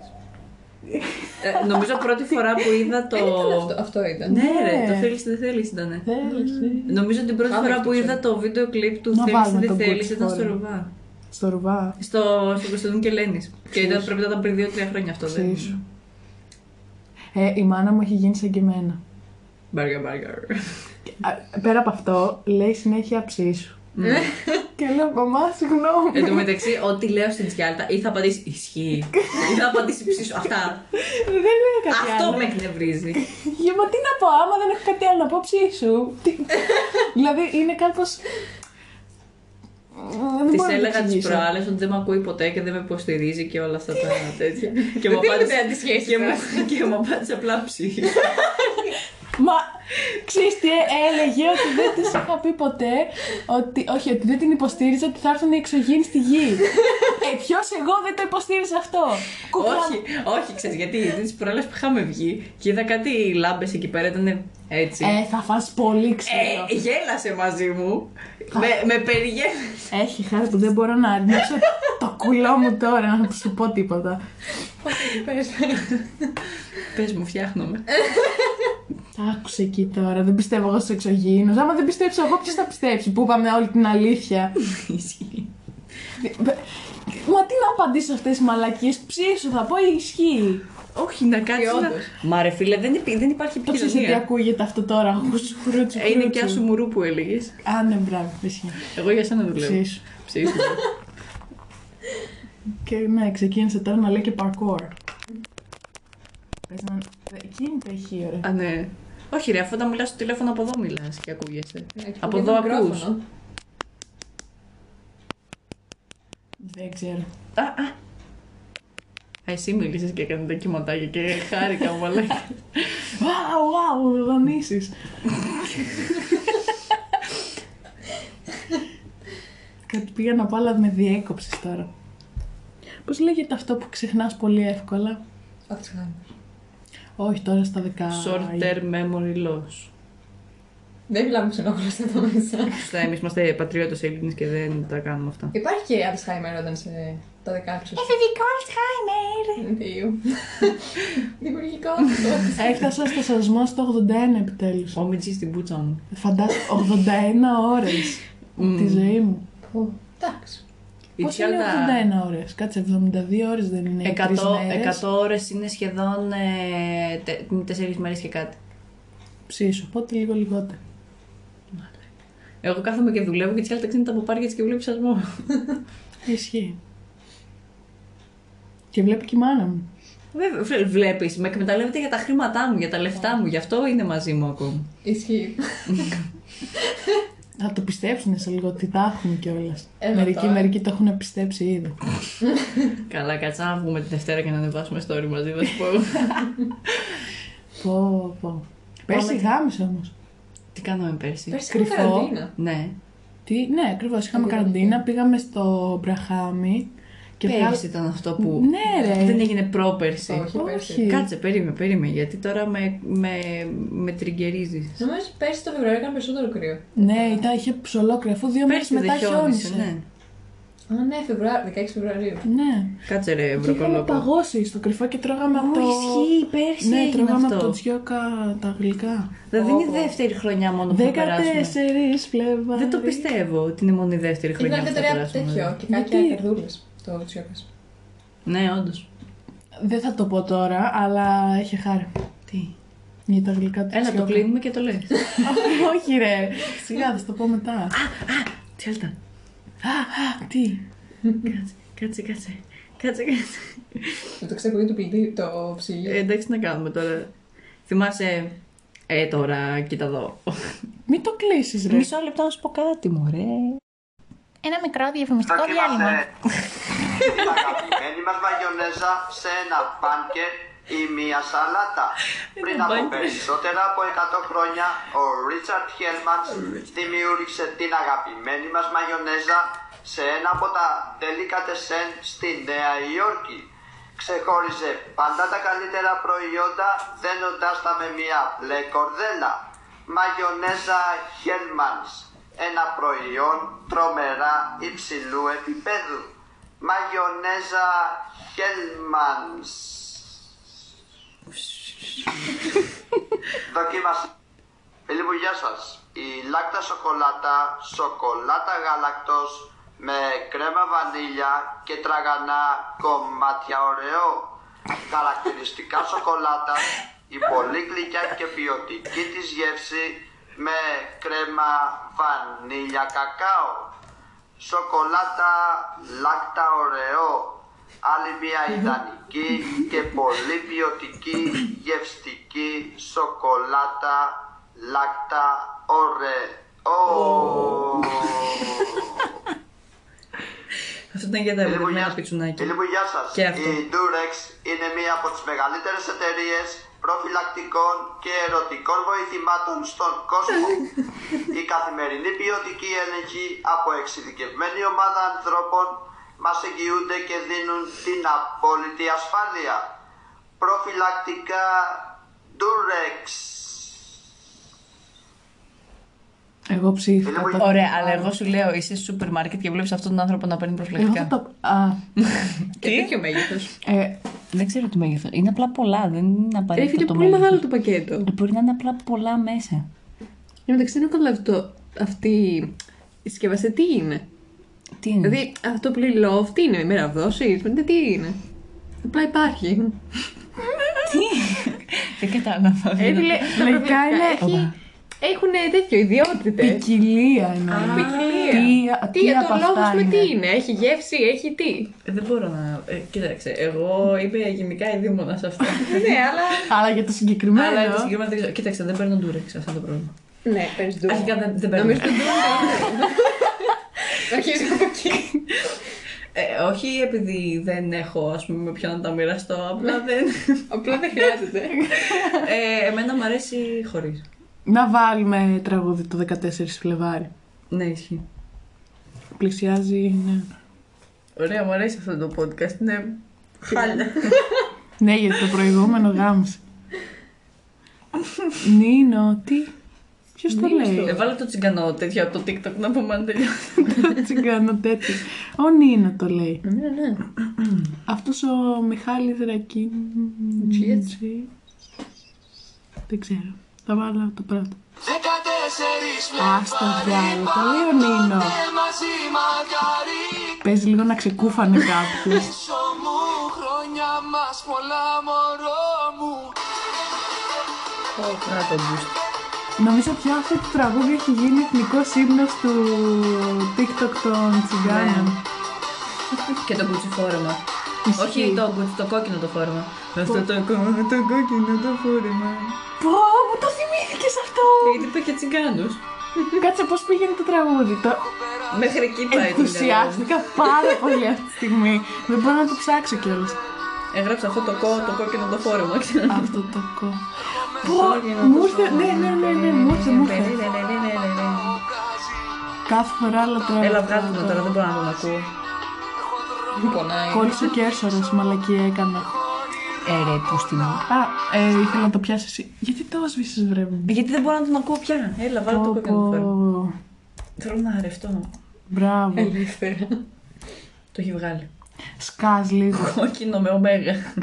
[SPEAKER 2] ε, νομίζω πρώτη φορά που είδα το.
[SPEAKER 4] Αυτό- Αυτό ήταν.
[SPEAKER 2] ναι, ρε,
[SPEAKER 3] Ναι.
[SPEAKER 2] το θέλεις, δεν θέλεις ήταν.
[SPEAKER 3] Θέλεις, ε.
[SPEAKER 2] Νομίζω την πρώτη
[SPEAKER 4] Πάμε
[SPEAKER 2] φορά
[SPEAKER 4] αυτό
[SPEAKER 2] που
[SPEAKER 4] το
[SPEAKER 2] είδα το βίντεο κλιπ του
[SPEAKER 3] Να
[SPEAKER 2] Θέλεις,
[SPEAKER 3] βάλουμε
[SPEAKER 2] δεν
[SPEAKER 3] τον
[SPEAKER 2] θέλεις,
[SPEAKER 3] Gucci
[SPEAKER 2] ήταν στο
[SPEAKER 3] φόρμα.
[SPEAKER 2] Ρουβά.
[SPEAKER 3] Στο
[SPEAKER 2] Ναι.
[SPEAKER 3] ρουβά.
[SPEAKER 2] Στο, στο Κωνσταντίνο και Ελένης. Και ήταν, πρέπει να ήταν πριν 2-3 χρόνια αυτό, δεν.
[SPEAKER 3] Ξήσου. Ε, η μάνα μου έχει γίνει σαν και εμένα.
[SPEAKER 2] Μπάργα, μπάργα.
[SPEAKER 4] Ε.
[SPEAKER 3] Α, Πέρα από αυτό, λέει συνέχεια ψήσου.
[SPEAKER 2] Ναι.
[SPEAKER 3] Και λέω, μαμά, συγγνώμη.
[SPEAKER 2] Εν τω μεταξύ, ό,τι λέω στην Τζιάλτα ή θα απαντήσει ισχύει ή θα απαντήσει ψήσου. Αυτά.
[SPEAKER 3] Δεν λέω κάτι
[SPEAKER 2] Ε, Αυτό
[SPEAKER 3] άλλο.
[SPEAKER 2] με εκνευρίζει.
[SPEAKER 3] Για μα τι να πω, άμα δεν έχω κάτι άλλο να πω, ψήσου. Τι- δηλαδή, είναι κάπως... Δεν μπορώ
[SPEAKER 2] Τη
[SPEAKER 3] να το
[SPEAKER 2] έλεγα τι
[SPEAKER 3] εξηγήσω.
[SPEAKER 2] προάλλες ότι δεν με ακούει ποτέ και δεν με υποστηρίζει και όλα αυτά τα τέτοια. και μου
[SPEAKER 4] Δεν
[SPEAKER 2] απάντησε.
[SPEAKER 4] θέλετε αντισχέσεις.
[SPEAKER 2] και μου- και μου απάντησε απλά ψυχή.
[SPEAKER 3] Μα ξέρεις τι ε, έλεγε ότι δεν της είχα πει ποτέ ότι, όχι, ότι δεν την υποστήριζα ότι θα έρθουν οι εξωγήινοι στη γη. ε, ποιος εγώ δεν το υποστήριζα αυτό. Κουκλά.
[SPEAKER 2] όχι, όχι, ξέρεις γιατί. Γιατί τι προάλλε που είχαμε βγει και είδα κάτι λάμπες εκεί πέρα, ήταν έτσι.
[SPEAKER 3] Ε, θα φας πολύ ξύλο.
[SPEAKER 2] Ε, γέλασε μαζί μου. με με περιέγραψε.
[SPEAKER 3] Έχει χάρη που δεν μπορώ να αρνήσω το κουλό μου τώρα να σου πω τίποτα.
[SPEAKER 2] Ναι.
[SPEAKER 4] Πες.
[SPEAKER 2] Πε μου, φτιάχνομαι.
[SPEAKER 3] Τα άκουσε εκεί τώρα. Δεν πιστεύω εγώ στους εξωγήινους. Άμα δεν πιστέψω εγώ, ποιος θα πιστέψει που είπαμε όλη την αλήθεια.
[SPEAKER 2] Ισχύει.
[SPEAKER 3] Μα τι να απαντήσω αυτές τις μαλακίες. Ψήσου, θα πω ή ισχύει.
[SPEAKER 2] Όχι, να κάτσεις.
[SPEAKER 4] Και
[SPEAKER 2] να-
[SPEAKER 4] όντως.
[SPEAKER 2] Μα ρε φίλε, δεν, υπή- δεν υπάρχει
[SPEAKER 3] Το ξέρεις τι
[SPEAKER 2] επικοινωνία.
[SPEAKER 3] ακούγεται αυτό τώρα. Χουτσου, χουρούτσου,
[SPEAKER 2] Ε, Είναι
[SPEAKER 3] χουρούτσου.
[SPEAKER 2] και άσου μουρού που έλεγες.
[SPEAKER 3] Α, ναι, μπράβο, ισχύει.
[SPEAKER 2] Εγώ για σένα δουλεύω.
[SPEAKER 3] Ψήσου.
[SPEAKER 2] Ψήσου.
[SPEAKER 3] Και ναι, ξεκίνησε τώρα να λέει και parkour. Πες να. Εκείνη το έχει ωραία.
[SPEAKER 2] Α, ναι. Όχι, ρε, αφού όταν μιλάς στο τηλέφωνο από εδώ μιλάς και ακούγεσαι. Από
[SPEAKER 4] Είναι
[SPEAKER 2] εδώ ακούς.
[SPEAKER 4] μικρόφωνο.
[SPEAKER 3] Δεν ξέρω.
[SPEAKER 2] Α, α. Α, Εσύ μίλησες και έκανε τα κυματάκια και χάρηκα μου, αλλά.
[SPEAKER 3] Wow, wow, δονήσεις. Κάτι πήγα να πω, αλλά με διέκοψες τώρα. Πώς λέγεται αυτό που ξεχνάς πολύ εύκολα.
[SPEAKER 4] Alzheimer.
[SPEAKER 3] Όχι, τώρα στα δεκά.
[SPEAKER 2] Short term memory loss.
[SPEAKER 1] Δεν μιλάμε ξενόγλωσσα εδώ μέσα.
[SPEAKER 2] Σωστά, εμείς είμαστε πατριώτες Έλληνες και δεν τα κάνουμε αυτά.
[SPEAKER 1] Υπάρχει και Alzheimer όταν σε τα 16 σου.
[SPEAKER 2] Εφηβικό Alzheimer!
[SPEAKER 1] Δύο. Δημιουργικό αυτό.
[SPEAKER 3] Έφτασα στο σασμό στο 81 επιτέλου.
[SPEAKER 2] Ο Μιτζή στην πούτσα μου.
[SPEAKER 3] Φαντάζομαι 81 ώρες
[SPEAKER 2] Μμμ.
[SPEAKER 3] τη ζωή μου.
[SPEAKER 1] Πω, Εντάξει.
[SPEAKER 2] Η
[SPEAKER 3] Πώς είναι
[SPEAKER 2] Τσιάντα-
[SPEAKER 3] 81 ώρες, κάτσε 72 ώρες δεν είναι.
[SPEAKER 2] 100,
[SPEAKER 3] 100,
[SPEAKER 2] 100 ώρες είναι σχεδόν ε, τε, τέσσερις μέρες και κάτι.
[SPEAKER 3] Ψήσου, οπότε λίγο λιγότερο.
[SPEAKER 2] Εγώ κάθομαι και δουλεύω και τις άλλες ταξίδι τα παπάρια της και βλέπεις σασμό.
[SPEAKER 3] Ισχύει. Και βλέπει και η μάνα μου.
[SPEAKER 2] Βέβαια, βλέπεις, με εκμεταλλεύεται για τα χρήματά μου, για τα λεφτά μου, γι' αυτό είναι μαζί μου ακόμα.
[SPEAKER 1] Ισχύει.
[SPEAKER 3] Θα το πιστέψουν σε λίγο ότι τα έχουν κιόλας.
[SPEAKER 2] Ε,
[SPEAKER 1] Έλα
[SPEAKER 3] Μερικοί,
[SPEAKER 1] τώρα.
[SPEAKER 3] μερικοί το έχουν πιστέψει ήδη.
[SPEAKER 2] Καλά, κάτσα να βγούμε τη Δευτέρα και να ανεβάσουμε story μαζί, θα σου πω.
[SPEAKER 3] Πω, πω. Πέρσι
[SPEAKER 2] Πάμε.
[SPEAKER 3] γάμισε όμως.
[SPEAKER 2] τι κάναμε πέρσι.
[SPEAKER 1] Πέρσι είχα
[SPEAKER 3] Κρυφό.
[SPEAKER 1] καραντίνα.
[SPEAKER 2] ναι,
[SPEAKER 3] Τι, ναι, ακριβώς. Είχαμε
[SPEAKER 1] Ακούγαμε.
[SPEAKER 3] καραντίνα, πήγαμε στο Μπραχάμι. Και
[SPEAKER 2] πέρσι
[SPEAKER 3] βγάλ-
[SPEAKER 2] ήταν αυτό που.
[SPEAKER 3] Ναι, ρε.
[SPEAKER 2] Δεν έγινε πρόπερσι.
[SPEAKER 1] Όχι, πέρσι.
[SPEAKER 3] Όχι.
[SPEAKER 2] Κάτσε, περίμενε, περίμενε, γιατί τώρα με, με, με τριγκερίζεις.
[SPEAKER 1] Νομίζω ότι πέρσι το Φεβρουάριο έκανε περισσότερο κρύο.
[SPEAKER 3] Ναι, ήταν, είχε ψολόκρυ, αφού δύο μέρες μετά χιόνισε.
[SPEAKER 2] ναι.
[SPEAKER 1] Α, ναι, Φεβρουάριο, 16 Φεβρουαρίου.
[SPEAKER 3] ναι.
[SPEAKER 2] Κάτσε ρε,
[SPEAKER 3] Και είχαμε
[SPEAKER 2] βροκολόπο.
[SPEAKER 3] παγώσει στο κρυφό και τρώγαμε από το.
[SPEAKER 2] πέρσι
[SPEAKER 3] Ναι, τρώγαμε από το τσιόκα τα γλυκά.
[SPEAKER 2] Δηλαδή είναι η δεύτερη χρονιά μόνο που θα περάσουμε.
[SPEAKER 3] 14 Φλεβάρι.
[SPEAKER 2] Δεν το πιστεύω ότι είναι μόνο η δεύτερη χρονιά
[SPEAKER 1] Ήταν
[SPEAKER 2] που θα
[SPEAKER 1] τώρα
[SPEAKER 2] περάσουμε.
[SPEAKER 1] τέτοιο και
[SPEAKER 3] Γιατί?
[SPEAKER 1] κάποια καρδούλε το Τσιόκα.
[SPEAKER 2] Ναι, όντως.
[SPEAKER 3] Δεν θα το πω τώρα, αλλά είχε χάρη.
[SPEAKER 2] Τι.
[SPEAKER 3] Για τα γλυκά του
[SPEAKER 2] Έλα, το
[SPEAKER 3] Τσιόκα.
[SPEAKER 2] κλείνουμε και το λες.
[SPEAKER 3] Όχι, ρε. Σιγά, θα σου το πω μετά. Α,
[SPEAKER 2] Τι άλλο ήταν.
[SPEAKER 3] α, τι.
[SPEAKER 2] Κάτσε, κάτσε, κάτσε. Κάτσε, κάτσε.
[SPEAKER 1] Με το ξεκούδι του πληθύ, το
[SPEAKER 2] Ε,
[SPEAKER 1] ψυγείο.
[SPEAKER 2] εντάξει, να κάνουμε τώρα. Θυμάσαι. Ε, τώρα, κοίτα εδώ.
[SPEAKER 3] Μην το κλείσεις, ρε.
[SPEAKER 2] Μισό λεπτό να σου πω κάτι, μωρέ.
[SPEAKER 5] Ένα μικρό διαφημιστικό διάλειμμα.
[SPEAKER 6] Δοκίμασε την αγαπημένη μας μαγιονέζα σε ένα μπάνκετ ή μία σαλάτα. Πριν από
[SPEAKER 2] μπάνκετ.
[SPEAKER 6] περισσότερα από 100 χρόνια, ο Ρίτσαρτ Χέλμαντς δημιούργησε την αγαπημένη μας μαγιονέζα σε ένα από τα τελικά τεσέν στη Νέα Υόρκη. Ξεχώριζε πάντα τα καλύτερα προϊόντα δένοντάς τα με μία μπλε κορδέλα. Μαγιονέζα Hellmann's, ένα προϊόν τρομερά υψηλού επίπεδου. Μαγιονέζα Hellmann's. Δοκίμασε. Φίλοι μου, γεια σας. Η λάκτα σοκολάτα, σοκολάτα γάλακτος με κρέμα βανίλια και τραγανά κομμάτια ωραίο. Χαρακτηριστικά σοκολάτα, η πολύ γλυκιά και ποιοτική της γεύση με κρέμα βανίλια κακάο. Σοκολάτα λάκτα ωραίο. Άλλη μια ιδανική και πολύ ποιοτική γευστική σοκολάτα λάκτα ωραίο.
[SPEAKER 2] Αυτό ήταν για τα εμπορικά πιτσουνάκια.
[SPEAKER 6] Λοιπόν, γεια σας.
[SPEAKER 2] Και αυτό.
[SPEAKER 6] Η Durex είναι μία από τις μεγαλύτερες εταιρείες προφυλακτικών και ερωτικών βοηθημάτων στον κόσμο. Η καθημερινή ποιοτική έλεγχη από εξειδικευμένη ομάδα ανθρώπων μας εγγυούνται και δίνουν την απόλυτη ασφάλεια. Προφυλακτικά Durex.
[SPEAKER 3] Εγώ ψήφισα.
[SPEAKER 6] Φίλε μου,
[SPEAKER 3] το-
[SPEAKER 2] Ωραία, αλλά εγώ σου λέω, είσαι στο σούπερ μάρκετ και βλέπεις αυτόν τον άνθρωπο να παίρνει
[SPEAKER 3] Εγώ θα
[SPEAKER 2] προφυλακτικά.
[SPEAKER 3] το. Α.
[SPEAKER 4] Και τέτοιο μέγεθος.
[SPEAKER 3] ε,
[SPEAKER 2] Δεν ξέρω τι μέγεθος. Είναι απλά πολλά, δεν είναι
[SPEAKER 4] Ρε
[SPEAKER 2] απαραίτητο
[SPEAKER 4] φίλε,
[SPEAKER 2] το
[SPEAKER 4] πολύ
[SPEAKER 2] μέγεθος. Ε,
[SPEAKER 4] μεγάλο το πακέτο.
[SPEAKER 2] Μπορεί να είναι απλά πολλά μέσα.
[SPEAKER 4] Εν τω μεταξύ δεν έχω καταλάβει το. Αυτή η συσκευασία τι είναι.
[SPEAKER 1] Mm.
[SPEAKER 2] Τι είναι.
[SPEAKER 4] Δηλαδή αυτό που λέει love, τι είναι, ημέρα δόση, τι είναι. Απλά υπάρχει.
[SPEAKER 2] Δεν κατάλαβα.
[SPEAKER 4] Ε, δηλαδή, τα
[SPEAKER 3] Λαϊκά είναι-
[SPEAKER 4] έχει- Έχουν τέτοιο ιδιότητες.
[SPEAKER 3] ποικιλία εννοώ.
[SPEAKER 4] Ποικιλία.
[SPEAKER 3] Τι, τι
[SPEAKER 4] Τι για
[SPEAKER 3] από
[SPEAKER 4] το λόγο
[SPEAKER 3] αυτά
[SPEAKER 4] με
[SPEAKER 3] είναι.
[SPEAKER 4] τι είναι, έχει γεύση, έχει τι.
[SPEAKER 2] Δεν μπορώ να. Ε, κοίταξε, εγώ είμαι γενικά η δίμονα σε αυτό.
[SPEAKER 4] Ναι, αλλά.
[SPEAKER 3] Αλλά για το συγκεκριμένο.
[SPEAKER 2] Αλλά το συγκεκριμένο δεν ξέρω. Κοίταξε, δεν παίρνω ντούρεξ, αυτό είναι το πρόβλημα.
[SPEAKER 4] Ναι, παίρνεις ντου.
[SPEAKER 2] Αρχικά δεν, δεν παίρνω.
[SPEAKER 4] Νομίζω ότι Αρχίζει από εκεί.
[SPEAKER 2] Ε, όχι επειδή δεν έχω, ας πούμε, με ποιον να τα μοιραστώ, απλά δεν.
[SPEAKER 4] Απλά δεν χρειάζεται.
[SPEAKER 2] ε, εμένα μου αρέσει χωρίς.
[SPEAKER 3] Να βάλουμε τραγούδι το 14 Φλεβάρι.
[SPEAKER 2] Ναι, ισχύει.
[SPEAKER 3] Πλησιάζει, ναι.
[SPEAKER 2] Ωραία, μου αρέσει αυτό το podcast. Ναι. Χάλια.
[SPEAKER 3] Ναι, γιατί το προηγούμενο γάμισε. Νίνο, τι. Ποιος το λέει.
[SPEAKER 2] Ε, βάλε το τσιγκανό τέτοιο από το TikTok να πούμε αν τελειώσει.
[SPEAKER 3] Τσιγκάνο τέτοιο. Ο Νίνα το λέει.
[SPEAKER 1] Ναι, ναι.
[SPEAKER 3] Αυτός ο Μιχάλης Ρακίν.
[SPEAKER 1] Τζιτς.
[SPEAKER 3] Δεν ξέρω. Θα βάλω το πρώτο.
[SPEAKER 7] Δεκατέσσερις
[SPEAKER 3] Άστα διάλογο. Το λέει ο Νίνο.
[SPEAKER 7] μαζί μακάρι
[SPEAKER 3] Παίζει λίγο να ξεκούφανε κάποιο.
[SPEAKER 7] Σω μου χρόνια μας πολλά μωρό μου
[SPEAKER 2] Να το boost.
[SPEAKER 3] Νομίζω πια αυτό το τραγούδι έχει γίνει εθνικός ύμνος του TikTok των Τσιγκάνων.
[SPEAKER 2] Και το κουτσι φόρεμα.
[SPEAKER 3] Ισχύει.
[SPEAKER 2] Όχι το κουτσι, το κόκκινο το φόρεμα. Αυτό το, κο- το κόκκινο το φόρεμα.
[SPEAKER 3] Πω, μου το θυμήθηκες αυτό!
[SPEAKER 2] Γιατί είπε και τσιγκάνους.
[SPEAKER 3] Κάτσε πώς πήγαινε το τραγούδι. Το
[SPEAKER 2] Μέχρι εκεί πάει το μυαλό.
[SPEAKER 3] ενθουσιάστηκα πάρα πολύ αυτή τη στιγμή. Δεν μπορώ να το ψάξω κιόλας.
[SPEAKER 2] Έγραψα αυτό το, κο, το κόκκινο το φόρεμα.
[SPEAKER 3] Αυτό το κο. Πω, μου ήρθε, ναι, ναι, ναι, ναι, μου ήρθε, μου ήρθε. Κάθε φορά άλλο τραγούδι.
[SPEAKER 2] Έλα βγάλτε με τώρα, δεν μπορώ να τον ακούω.
[SPEAKER 1] Πονάει.
[SPEAKER 3] Κόλλησε ο Κέρσορας, μαλακή έκανα.
[SPEAKER 2] Ε, ρε, πού στην
[SPEAKER 3] Α, ε, ήθελα να το πιάσεις εσύ. Γιατί το σβήσεις βρε μου.
[SPEAKER 2] Γιατί δεν μπορώ να τον ακούω πια. Έλα, βάλε το
[SPEAKER 3] Πω,
[SPEAKER 2] κόκκινο το φόρεμα.
[SPEAKER 3] πω.
[SPEAKER 2] Θέλω να αρευτώ. Ε.
[SPEAKER 3] Μπράβο.
[SPEAKER 1] Ελεύθερα.
[SPEAKER 2] Το έχει βγάλει.
[SPEAKER 3] Σκάς λίγο.
[SPEAKER 2] Κόκκινο με ωμέγα.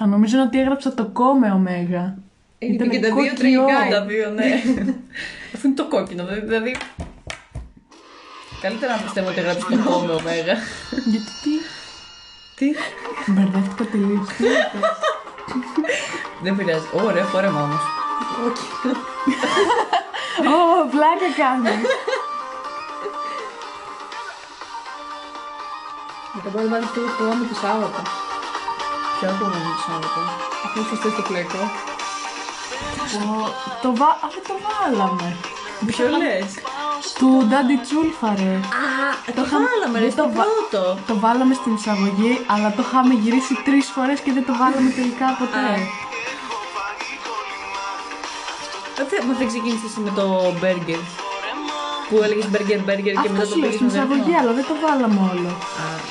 [SPEAKER 3] Θα νομίζω ότι έγραψα το κο με ωμέγα.
[SPEAKER 1] Ήταν
[SPEAKER 3] Ήτανε
[SPEAKER 1] και τα δύο
[SPEAKER 3] κόκκινο.
[SPEAKER 1] τραγικά.
[SPEAKER 2] Τα δύο, ναι. Αυτό είναι το κόκκινο, δε- δηλαδή. Καλύτερα να πιστεύω ότι έγραψε το κόμμα ωμέγα.
[SPEAKER 3] Γιατί τι.
[SPEAKER 2] Τι.
[SPEAKER 3] Μπερδεύτηκα τελείως.
[SPEAKER 2] Δεν πειράζει. Ωραία, φόρεμα όμως.
[SPEAKER 3] Ω, πλάκα κάνει.
[SPEAKER 1] Μετά μπορεί να βάλει αυτό το χρόνο του Σάββατο.
[SPEAKER 2] Ποιο ακόμα είναι το Σάββατο.
[SPEAKER 1] Αφού σωστέ το πλέκο.
[SPEAKER 3] Το βα... Α, δεν το βάλαμε.
[SPEAKER 2] Ποιο λες.
[SPEAKER 3] Του Ντάντι Τσούλφα, ρε.
[SPEAKER 2] ε, Το χάλαμε, ρε,
[SPEAKER 3] δεν
[SPEAKER 2] στο
[SPEAKER 3] το βα-
[SPEAKER 2] πρώτο.
[SPEAKER 3] Το βάλαμε στην εισαγωγή, αλλά το είχαμε γυρίσει τρεις φορές και δεν το βάλαμε τελικά
[SPEAKER 2] ε,
[SPEAKER 3] ποτέ.
[SPEAKER 2] Δεν- Μα δεν ξεκίνησες εσύ με το μπέργκερ. Που έλεγες μπέργκερ, μπέργκερ και
[SPEAKER 3] Αυτό
[SPEAKER 2] μετά το ναι.
[SPEAKER 3] σου λέω
[SPEAKER 2] πήγες
[SPEAKER 3] στην
[SPEAKER 2] με το
[SPEAKER 3] εισαγωγή, αλλά δεν το βάλαμε όλο.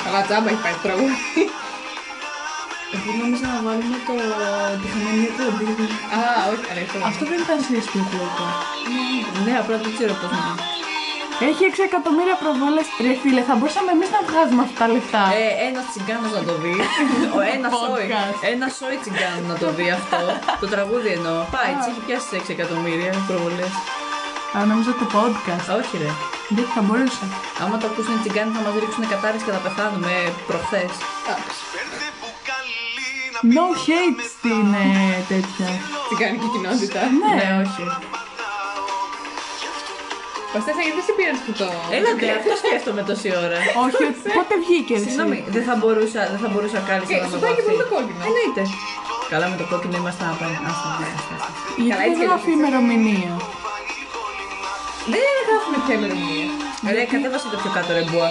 [SPEAKER 1] Καλά τζάμπα έχει πάει το τραγούδι.
[SPEAKER 2] Εγώ νόμιζα να βάλουμε το. Ε, τη χαμηλή του εμπειρία.
[SPEAKER 1] Α, όχι, αλήθεια.
[SPEAKER 3] Αυτό δεν ήταν σε σπίτι
[SPEAKER 2] Ναι, απλά δεν ξέρω πώς να.
[SPEAKER 3] Έχει 6 εκατομμύρια προβολές. Ρε φίλε, θα μπορούσαμε εμείς να βγάζουμε αυτά τα λεφτά.
[SPEAKER 2] Ε, Ένας τσιγκάνος να το δει. Ο ένας σόι.
[SPEAKER 3] Podcast.
[SPEAKER 2] Ένας σόι τσιγκάνος να το δει αυτό. Το τραγούδι εννοώ. Πάει, έτσι έχει πιάσει 6 εκατομμύρια προβολές.
[SPEAKER 3] Α, νομίζω το podcast.
[SPEAKER 2] Όχι, ρε.
[SPEAKER 3] Δεν θα μπορούσε.
[SPEAKER 2] Άμα το ακούσουν οι τσιγκάνοι θα μας ρίξουν κατάρρες και θα πεθάνουμε ε, προχθέ.
[SPEAKER 7] Παίρντε μπουκάλι να
[SPEAKER 3] No hate στην ε, τέτοια.
[SPEAKER 1] Τσιγκάνικη κοινότητα.
[SPEAKER 2] Ναι, όχι.
[SPEAKER 1] Παστέσα, γιατί σε πήρες που το... Ε,
[SPEAKER 2] Έλα, ντε, αυτό σκέφτομαι τόση ώρα.
[SPEAKER 3] Όχι, ότι- πότε βγήκες
[SPEAKER 2] ε.
[SPEAKER 3] εσύ.
[SPEAKER 2] Συγγνώμη, δεν θα μπορούσα, δεν θα μπορούσα κάλλιστα
[SPEAKER 1] Ε,
[SPEAKER 2] να
[SPEAKER 1] Σου
[SPEAKER 2] με
[SPEAKER 1] πάει και
[SPEAKER 2] βάψει.
[SPEAKER 1] πολύ το κόκκινο.
[SPEAKER 2] Εννοείται. Καλά με το κόκκινο ήμασταν απέναντι. Άστα, άστα, άστα.
[SPEAKER 1] Καλά,
[SPEAKER 3] Γιατί
[SPEAKER 1] έτσι
[SPEAKER 3] δεν γράφει ημερομηνία.
[SPEAKER 1] Δεν γράφουμε πια ημερομηνία.
[SPEAKER 2] Ρε, κατέβασε το πιο κάτω ρε μπουα.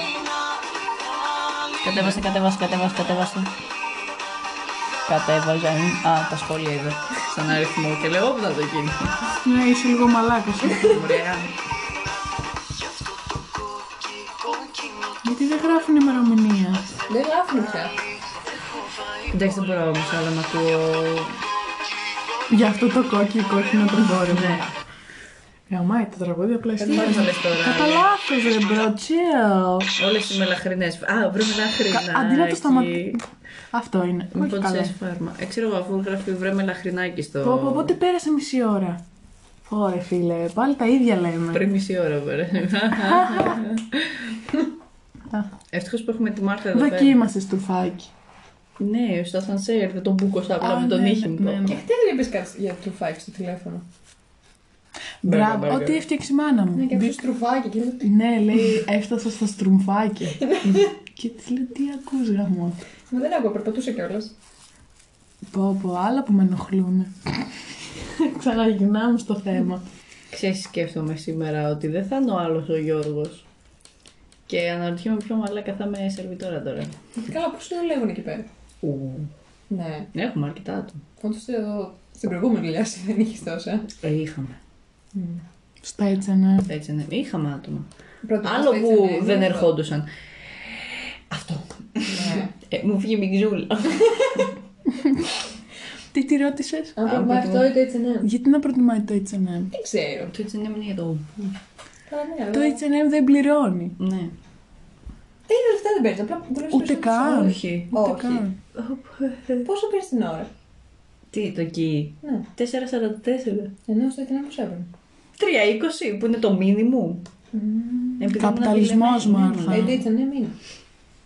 [SPEAKER 5] Κατέβασε, κατέβασε, κατέβασε, κατέβασε.
[SPEAKER 2] Κατέβαζα. ε, Α, τα σχόλια είδα. Σαν αριθμό και λέω, όπου θα το γίνει.
[SPEAKER 3] Ναι, είσαι λίγο μαλάκας.
[SPEAKER 2] Ωραία.
[SPEAKER 3] Γιατί δεν γράφουν ημερομηνία.
[SPEAKER 1] Δεν γράφουμε πια.
[SPEAKER 2] Εντάξει, δεν μπορώ όμως άλλο να ακούω.
[SPEAKER 3] Γι' αυτό το κόκκι- κόκκινο το φόρεμα. Γαμάει το τραγούδι, απλά εσύ.
[SPEAKER 2] Μάλλον θα λες τώρα.
[SPEAKER 3] Κατά λάθος, ρε μπρο, chill.
[SPEAKER 2] Όλες οι μελαχρινές. Α, βρούμε ένα χρυνάκι.
[SPEAKER 3] Αντί να το σταματήσει. Αυτό είναι.
[SPEAKER 2] Μην
[SPEAKER 3] Όχι καλά.
[SPEAKER 2] ποντσές φάρμα. Ε, ξέρω εγώ, αφού γράφει βρε μελαχρινάκι στο...
[SPEAKER 3] Πω, πω, πότε πέρασε μισή ώρα. Ωρε φίλε, πάλι τα ίδια λέμε.
[SPEAKER 2] Πριν μισή ώρα, βέβαια. Ευτυχώς που έχουμε τη Μάρθα εδώ πέρα.
[SPEAKER 3] Δοκίμασες στουρφάκι.
[SPEAKER 2] Ναι, στο ασανσέρ δεν τον μπούκωσα απλά
[SPEAKER 3] Α,
[SPEAKER 2] με τον
[SPEAKER 3] ναι,
[SPEAKER 2] ήχη μου.
[SPEAKER 3] ναι, ναι.
[SPEAKER 1] Και χτες Ε, δεν είπες κάτι για τρουφάκι στο τηλέφωνο.
[SPEAKER 3] Μπράβο,
[SPEAKER 2] μπράβο.
[SPEAKER 3] ό,τι έφτιαξε η μάνα μου.
[SPEAKER 1] Ναι, και αυτό
[SPEAKER 3] Μπήκε-
[SPEAKER 1] στρουφάκι και λέω τι.
[SPEAKER 3] Ναι, λέει, έφτασα στο στρουμφάκι.
[SPEAKER 2] Ναι.
[SPEAKER 3] και της λέω, τι ακούς γαμό.
[SPEAKER 1] Μα δεν άκουγα, περπατούσα κιόλας.
[SPEAKER 3] Πω πω, άλλα που με ενοχλούν. Ξαναγυρνάμε στο θέμα.
[SPEAKER 2] Ξέρεις, σκέφτομαι σήμερα ότι δεν θα είναι ο άλλος ο Γιώργος. Και αναρωτιέμαι ποιο μαλάκα θα είμαι σερβιτόρα τώρα.
[SPEAKER 1] Ε, Καλά, πώς δουλεύουν εκεί πέρα. Ναι.
[SPEAKER 2] Έχουμε αρκετά του.
[SPEAKER 1] Όντως το- στην προηγούμενη δουλειά σου δεν είχες τόσα.
[SPEAKER 2] Ε, Είχαμε.
[SPEAKER 3] Στα έτσι, ναι.
[SPEAKER 2] Έτσι, ναι. Είχαμε άτομα.
[SPEAKER 1] Πρώτο
[SPEAKER 2] Άλλο
[SPEAKER 1] μας
[SPEAKER 2] που
[SPEAKER 1] έτσι,
[SPEAKER 2] δεν
[SPEAKER 1] ναι.
[SPEAKER 2] ερχόντουσαν. Αυτό.
[SPEAKER 1] Ναι.
[SPEAKER 2] Ε, μου φύγει η μιξούλα.
[SPEAKER 3] Τι τη ρώτησες.
[SPEAKER 1] Αν προτιμάει αυτό ή το H&M.
[SPEAKER 3] Γιατί να προτιμάει το HM.
[SPEAKER 1] Δεν ξέρω.
[SPEAKER 2] Το έτσι είναι για το.
[SPEAKER 1] Καλά, ναι,
[SPEAKER 3] Το
[SPEAKER 1] αλλά-
[SPEAKER 3] HM δεν πληρώνει.
[SPEAKER 2] Ναι.
[SPEAKER 1] Τι είναι λεφτά δεν παίρνεις, απλά δουλεύει
[SPEAKER 3] Ούτε καν.
[SPEAKER 2] Όχι.
[SPEAKER 3] Ούτε
[SPEAKER 1] Όχι.
[SPEAKER 3] καν.
[SPEAKER 1] Ε, Πόσο παίρνεις την ώρα.
[SPEAKER 2] Τι, το εκεί.
[SPEAKER 1] Ναι.
[SPEAKER 2] 4,44.
[SPEAKER 1] Ενώ στο H&M πώς έπαιρνες.
[SPEAKER 2] 3,20 που είναι το μήνυμο. Επειδή ήμουν
[SPEAKER 3] Καπιταλισμός,
[SPEAKER 2] αδηλεμένη.
[SPEAKER 3] Μάρθα.
[SPEAKER 1] Ε, το H&M είναι.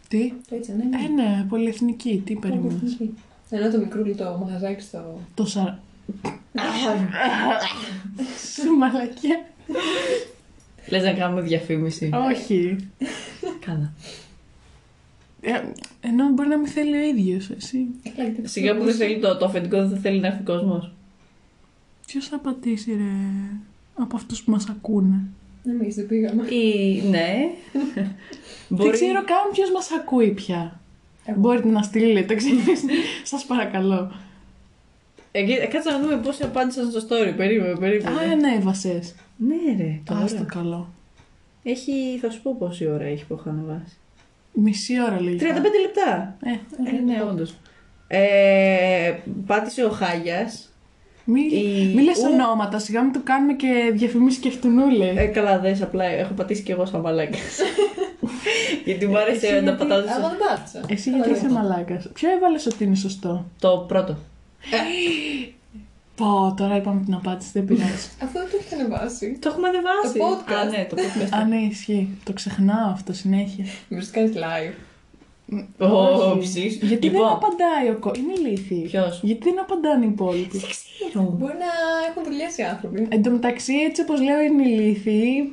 [SPEAKER 3] Τι.
[SPEAKER 1] Το H&M είναι.
[SPEAKER 3] Ε, ναι, πολυεθνική. Τι περιμένει.
[SPEAKER 1] Ενώ το μικρούλι το μαγαζάκι στο...
[SPEAKER 3] Το σα... Σου μαλακία.
[SPEAKER 2] Λες να κάνουμε
[SPEAKER 3] Ε.
[SPEAKER 2] διαφήμιση.
[SPEAKER 3] Όχι.
[SPEAKER 2] Κάνα.
[SPEAKER 3] Ε, Ενώ μπορεί να μην θέλει ο ίδιος, εσύ.
[SPEAKER 1] Ε,
[SPEAKER 2] Σιγά που δεν θέλεις το, το αφεντικό, δεν θα θέλει να έρθει κόσμος.
[SPEAKER 3] Ποιος θα πατήσει, ρε, από αυτούς που μας ακούνε.
[SPEAKER 1] Ναι, εμείς δεν πήγαμε.
[SPEAKER 2] Ή ναι. Μπορεί-
[SPEAKER 3] Δεν ξέρω καν ποιος μας ακούει πια.
[SPEAKER 1] Εγώ.
[SPEAKER 3] Μπορείτε να στείλετε, ξέρεις. Σας παρακαλώ.
[SPEAKER 2] Ε, κοίτα, κάτσε να δούμε πόσοι απάντησαν στο story. Περίμενε, περίμενε.
[SPEAKER 3] Α, ανέβασε.
[SPEAKER 2] Ναι, ρε, τώρα.
[SPEAKER 3] Ας το καλό.
[SPEAKER 2] Έχει, θα σου πω πόση ώρα έχει που έχω ανεβάσει.
[SPEAKER 3] Μισή ώρα λίγο.
[SPEAKER 2] 35 λεπτά.
[SPEAKER 3] Ε,
[SPEAKER 2] Ε, ναι, όντως. Ε, πάτησε ο Χάγιας.
[SPEAKER 3] μη,
[SPEAKER 2] Η-
[SPEAKER 3] μη λες
[SPEAKER 2] ου-
[SPEAKER 3] ονόματα, σιγά μην του κάνουμε και διαφημίσεις και φτουνούλε.
[SPEAKER 2] Ε, καλά, δες, απλά έχω πατήσει κι εγώ σαν μαλάκα. γιατί μου άρεσε να τα πατάω
[SPEAKER 1] Αλλά
[SPEAKER 2] στο-
[SPEAKER 1] δεν πάτησα.
[SPEAKER 3] Εσύ γιατί είσαι μαλάκας. Ποιο έβαλες ότι είναι σωστό.
[SPEAKER 2] Το πρώτο.
[SPEAKER 3] Πω, τώρα είπαμε την απάντηση, δεν πειράζει.
[SPEAKER 1] Αυτό δεν το έχετε ανεβάσει.
[SPEAKER 2] Το έχουμε ανεβάσει.
[SPEAKER 1] Το podcast.
[SPEAKER 2] Α, ναι, το podcast.
[SPEAKER 3] Α, ναι, ισχύει. Το ξεχνάω αυτό συνέχεια.
[SPEAKER 1] Μήπως κάνεις live.
[SPEAKER 2] Ω,
[SPEAKER 3] Όχι.
[SPEAKER 2] ψης.
[SPEAKER 3] Γιατί δεν
[SPEAKER 2] Λοιπόν,
[SPEAKER 3] απαντάει ο κόσμο. Είναι ηλίθιοι.
[SPEAKER 2] Ποιος?
[SPEAKER 3] Γιατί δεν απαντάνε οι υπόλοιποι.
[SPEAKER 1] Μπορεί να έχουν δουλειάσει οι άνθρωποι.
[SPEAKER 3] Εν τω μεταξύ, έτσι όπως λέω, είναι ηλίθιοι.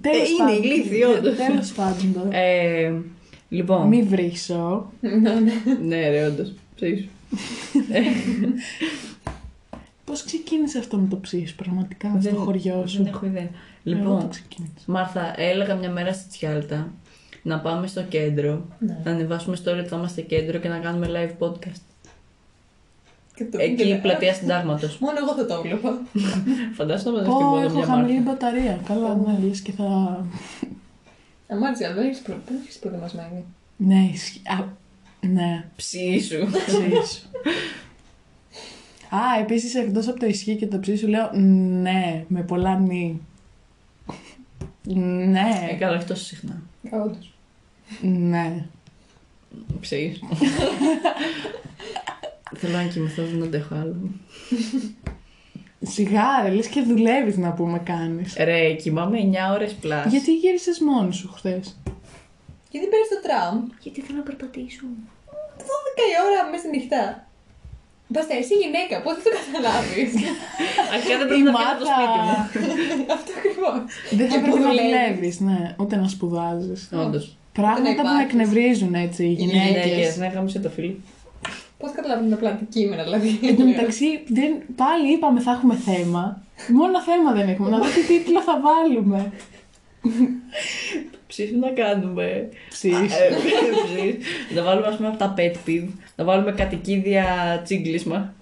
[SPEAKER 3] Τέλος
[SPEAKER 2] Ε, είναι ηλίθιοι, όντως.
[SPEAKER 3] Τέλος πάντων τώρα.
[SPEAKER 2] ε, λοιπόν,
[SPEAKER 3] Μη βρίσω.
[SPEAKER 1] Ναι, ναι.
[SPEAKER 2] ναι ρε όντως, ψήσου.
[SPEAKER 3] Πώς ξεκίνησε αυτό με το ψήσι, πραγματικά, στο χωριό σου.
[SPEAKER 2] Δεν έχω ιδέα.
[SPEAKER 3] Εγώ το
[SPEAKER 2] Λοιπόν,
[SPEAKER 3] ξεκίνησα.
[SPEAKER 2] Μάρθα, έλεγα μια μέρα στη Τσιάλτα να πάμε στο κέντρο, να ανεβάσουμε story ότι θα είμαστε κέντρο και να κάνουμε live podcast.
[SPEAKER 1] Και το-
[SPEAKER 2] Εκεί
[SPEAKER 1] και-
[SPEAKER 2] η πλατεία συντάγματος.
[SPEAKER 1] Μόνο εγώ θα το έβλεπα.
[SPEAKER 2] Φαντάζομαι να μαζευτεί
[SPEAKER 3] Πω,
[SPEAKER 2] μόνο
[SPEAKER 3] έχω
[SPEAKER 2] μια Μάρθα.
[SPEAKER 3] χαμηλή μπαταρία. Καλά, ναι, λες και θα.
[SPEAKER 1] Αμάρτησε, αλλά δεν έχεις προ- δεν έχεις προετοιμασμένη.
[SPEAKER 3] Ναι, ισχύει. Α, Ναι,
[SPEAKER 2] Ψήσου.
[SPEAKER 3] ψήσου. Α, επίσης εκτός από το ισχύει και το ψήσου λέω ναι, με πολλά νη.
[SPEAKER 2] Ε,
[SPEAKER 3] Ναι,
[SPEAKER 2] καλά, αυτό συχνά.
[SPEAKER 1] Α, Όντως.
[SPEAKER 3] ναι.
[SPEAKER 2] Ψήσου. Θέλω να κοιμηθώ, δεν αντέχω άλλο.
[SPEAKER 3] Σιγά, ρε, λες και δουλεύεις να πούμε κάνεις.
[SPEAKER 2] Ρε, κοιμάμαι 9 ώρες πλάς.
[SPEAKER 3] Γιατί γύρισες μόνη σου χθες.
[SPEAKER 1] Γιατί παίρνεις το τραμ.
[SPEAKER 2] Γιατί θέλω να περπατήσω.
[SPEAKER 1] 12 η ώρα μέσα στη νυχτά. Μπαστα, εσύ γυναίκα, πότε θα το καταλάβεις.
[SPEAKER 2] Αρχικά δεν
[SPEAKER 3] Η
[SPEAKER 2] πρέπει να φύγω από το
[SPEAKER 3] Μάρθα.
[SPEAKER 2] σπίτι
[SPEAKER 1] Αυτό ακριβώς.
[SPEAKER 3] Δεν θα
[SPEAKER 1] Και
[SPEAKER 3] πρέπει
[SPEAKER 1] που
[SPEAKER 3] να
[SPEAKER 1] δουλεύεις.
[SPEAKER 3] δουλεύεις, ναι, ούτε να σπουδάζεις.
[SPEAKER 2] μου. Ναι, Όντως.
[SPEAKER 3] Πράγματα που με
[SPEAKER 1] υπάρχεις.
[SPEAKER 3] εκνευρίζουν έτσι οι γυναίκες.
[SPEAKER 2] Γυναίκες, ναι, γάμισε το φίλο.
[SPEAKER 1] Πώς καταλαβαίνουν απλά αντικείμενα, δηλαδή.
[SPEAKER 2] Ε, ναι,
[SPEAKER 3] Εν τω μεταξύ, δεν, πάλι είπαμε θα έχουμε θέμα. Μόνο θέμα δεν έχουμε. Να δω τι τίτλο θα βάλουμε.
[SPEAKER 2] Ψήσου να κάνουμε.
[SPEAKER 3] Ψήφι.
[SPEAKER 2] Ε, ψήσου. Να βάλουμε, ας πούμε, από τα pet peeve. Να βάλουμε κατοικίδια τσίγκλισμα.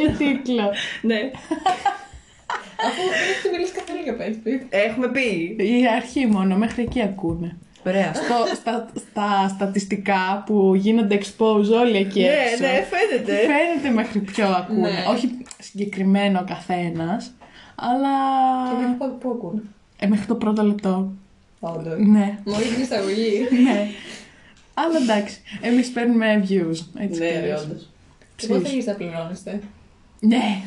[SPEAKER 3] Για τίτλο.
[SPEAKER 2] Ναι.
[SPEAKER 1] Αφού δεν έχετε μιλήσει καθόλου για πέντε.
[SPEAKER 2] Έχουμε πει. Ναι,
[SPEAKER 3] Η αρχή μόνο, μέχρι εκεί ακούνε.
[SPEAKER 2] Ωραία.
[SPEAKER 3] Στο, στα, στα στατιστικά που γίνονται expose όλοι εκεί
[SPEAKER 2] Ναι,
[SPEAKER 3] έξω.
[SPEAKER 2] ναι, φαίνεται.
[SPEAKER 3] Φαίνεται μέχρι ποιο ακούνε.
[SPEAKER 1] Ναι.
[SPEAKER 3] Όχι συγκεκριμένο ο καθένας, αλλά.
[SPEAKER 1] Πού ακούνε.
[SPEAKER 3] Ε, μέχρι το πρώτο λεπτό.
[SPEAKER 1] Όντως.
[SPEAKER 3] Ναι.
[SPEAKER 1] Μόλις την εισαγωγή.
[SPEAKER 3] ναι. Αλλά εντάξει, εμείς παίρνουμε views. Έτσι
[SPEAKER 2] Ναι,
[SPEAKER 3] κι
[SPEAKER 2] ρε,
[SPEAKER 3] αλλιώς.
[SPEAKER 2] όντως.
[SPEAKER 1] Εγώ θα έχεις να πληρώνεστε.
[SPEAKER 3] Ναι,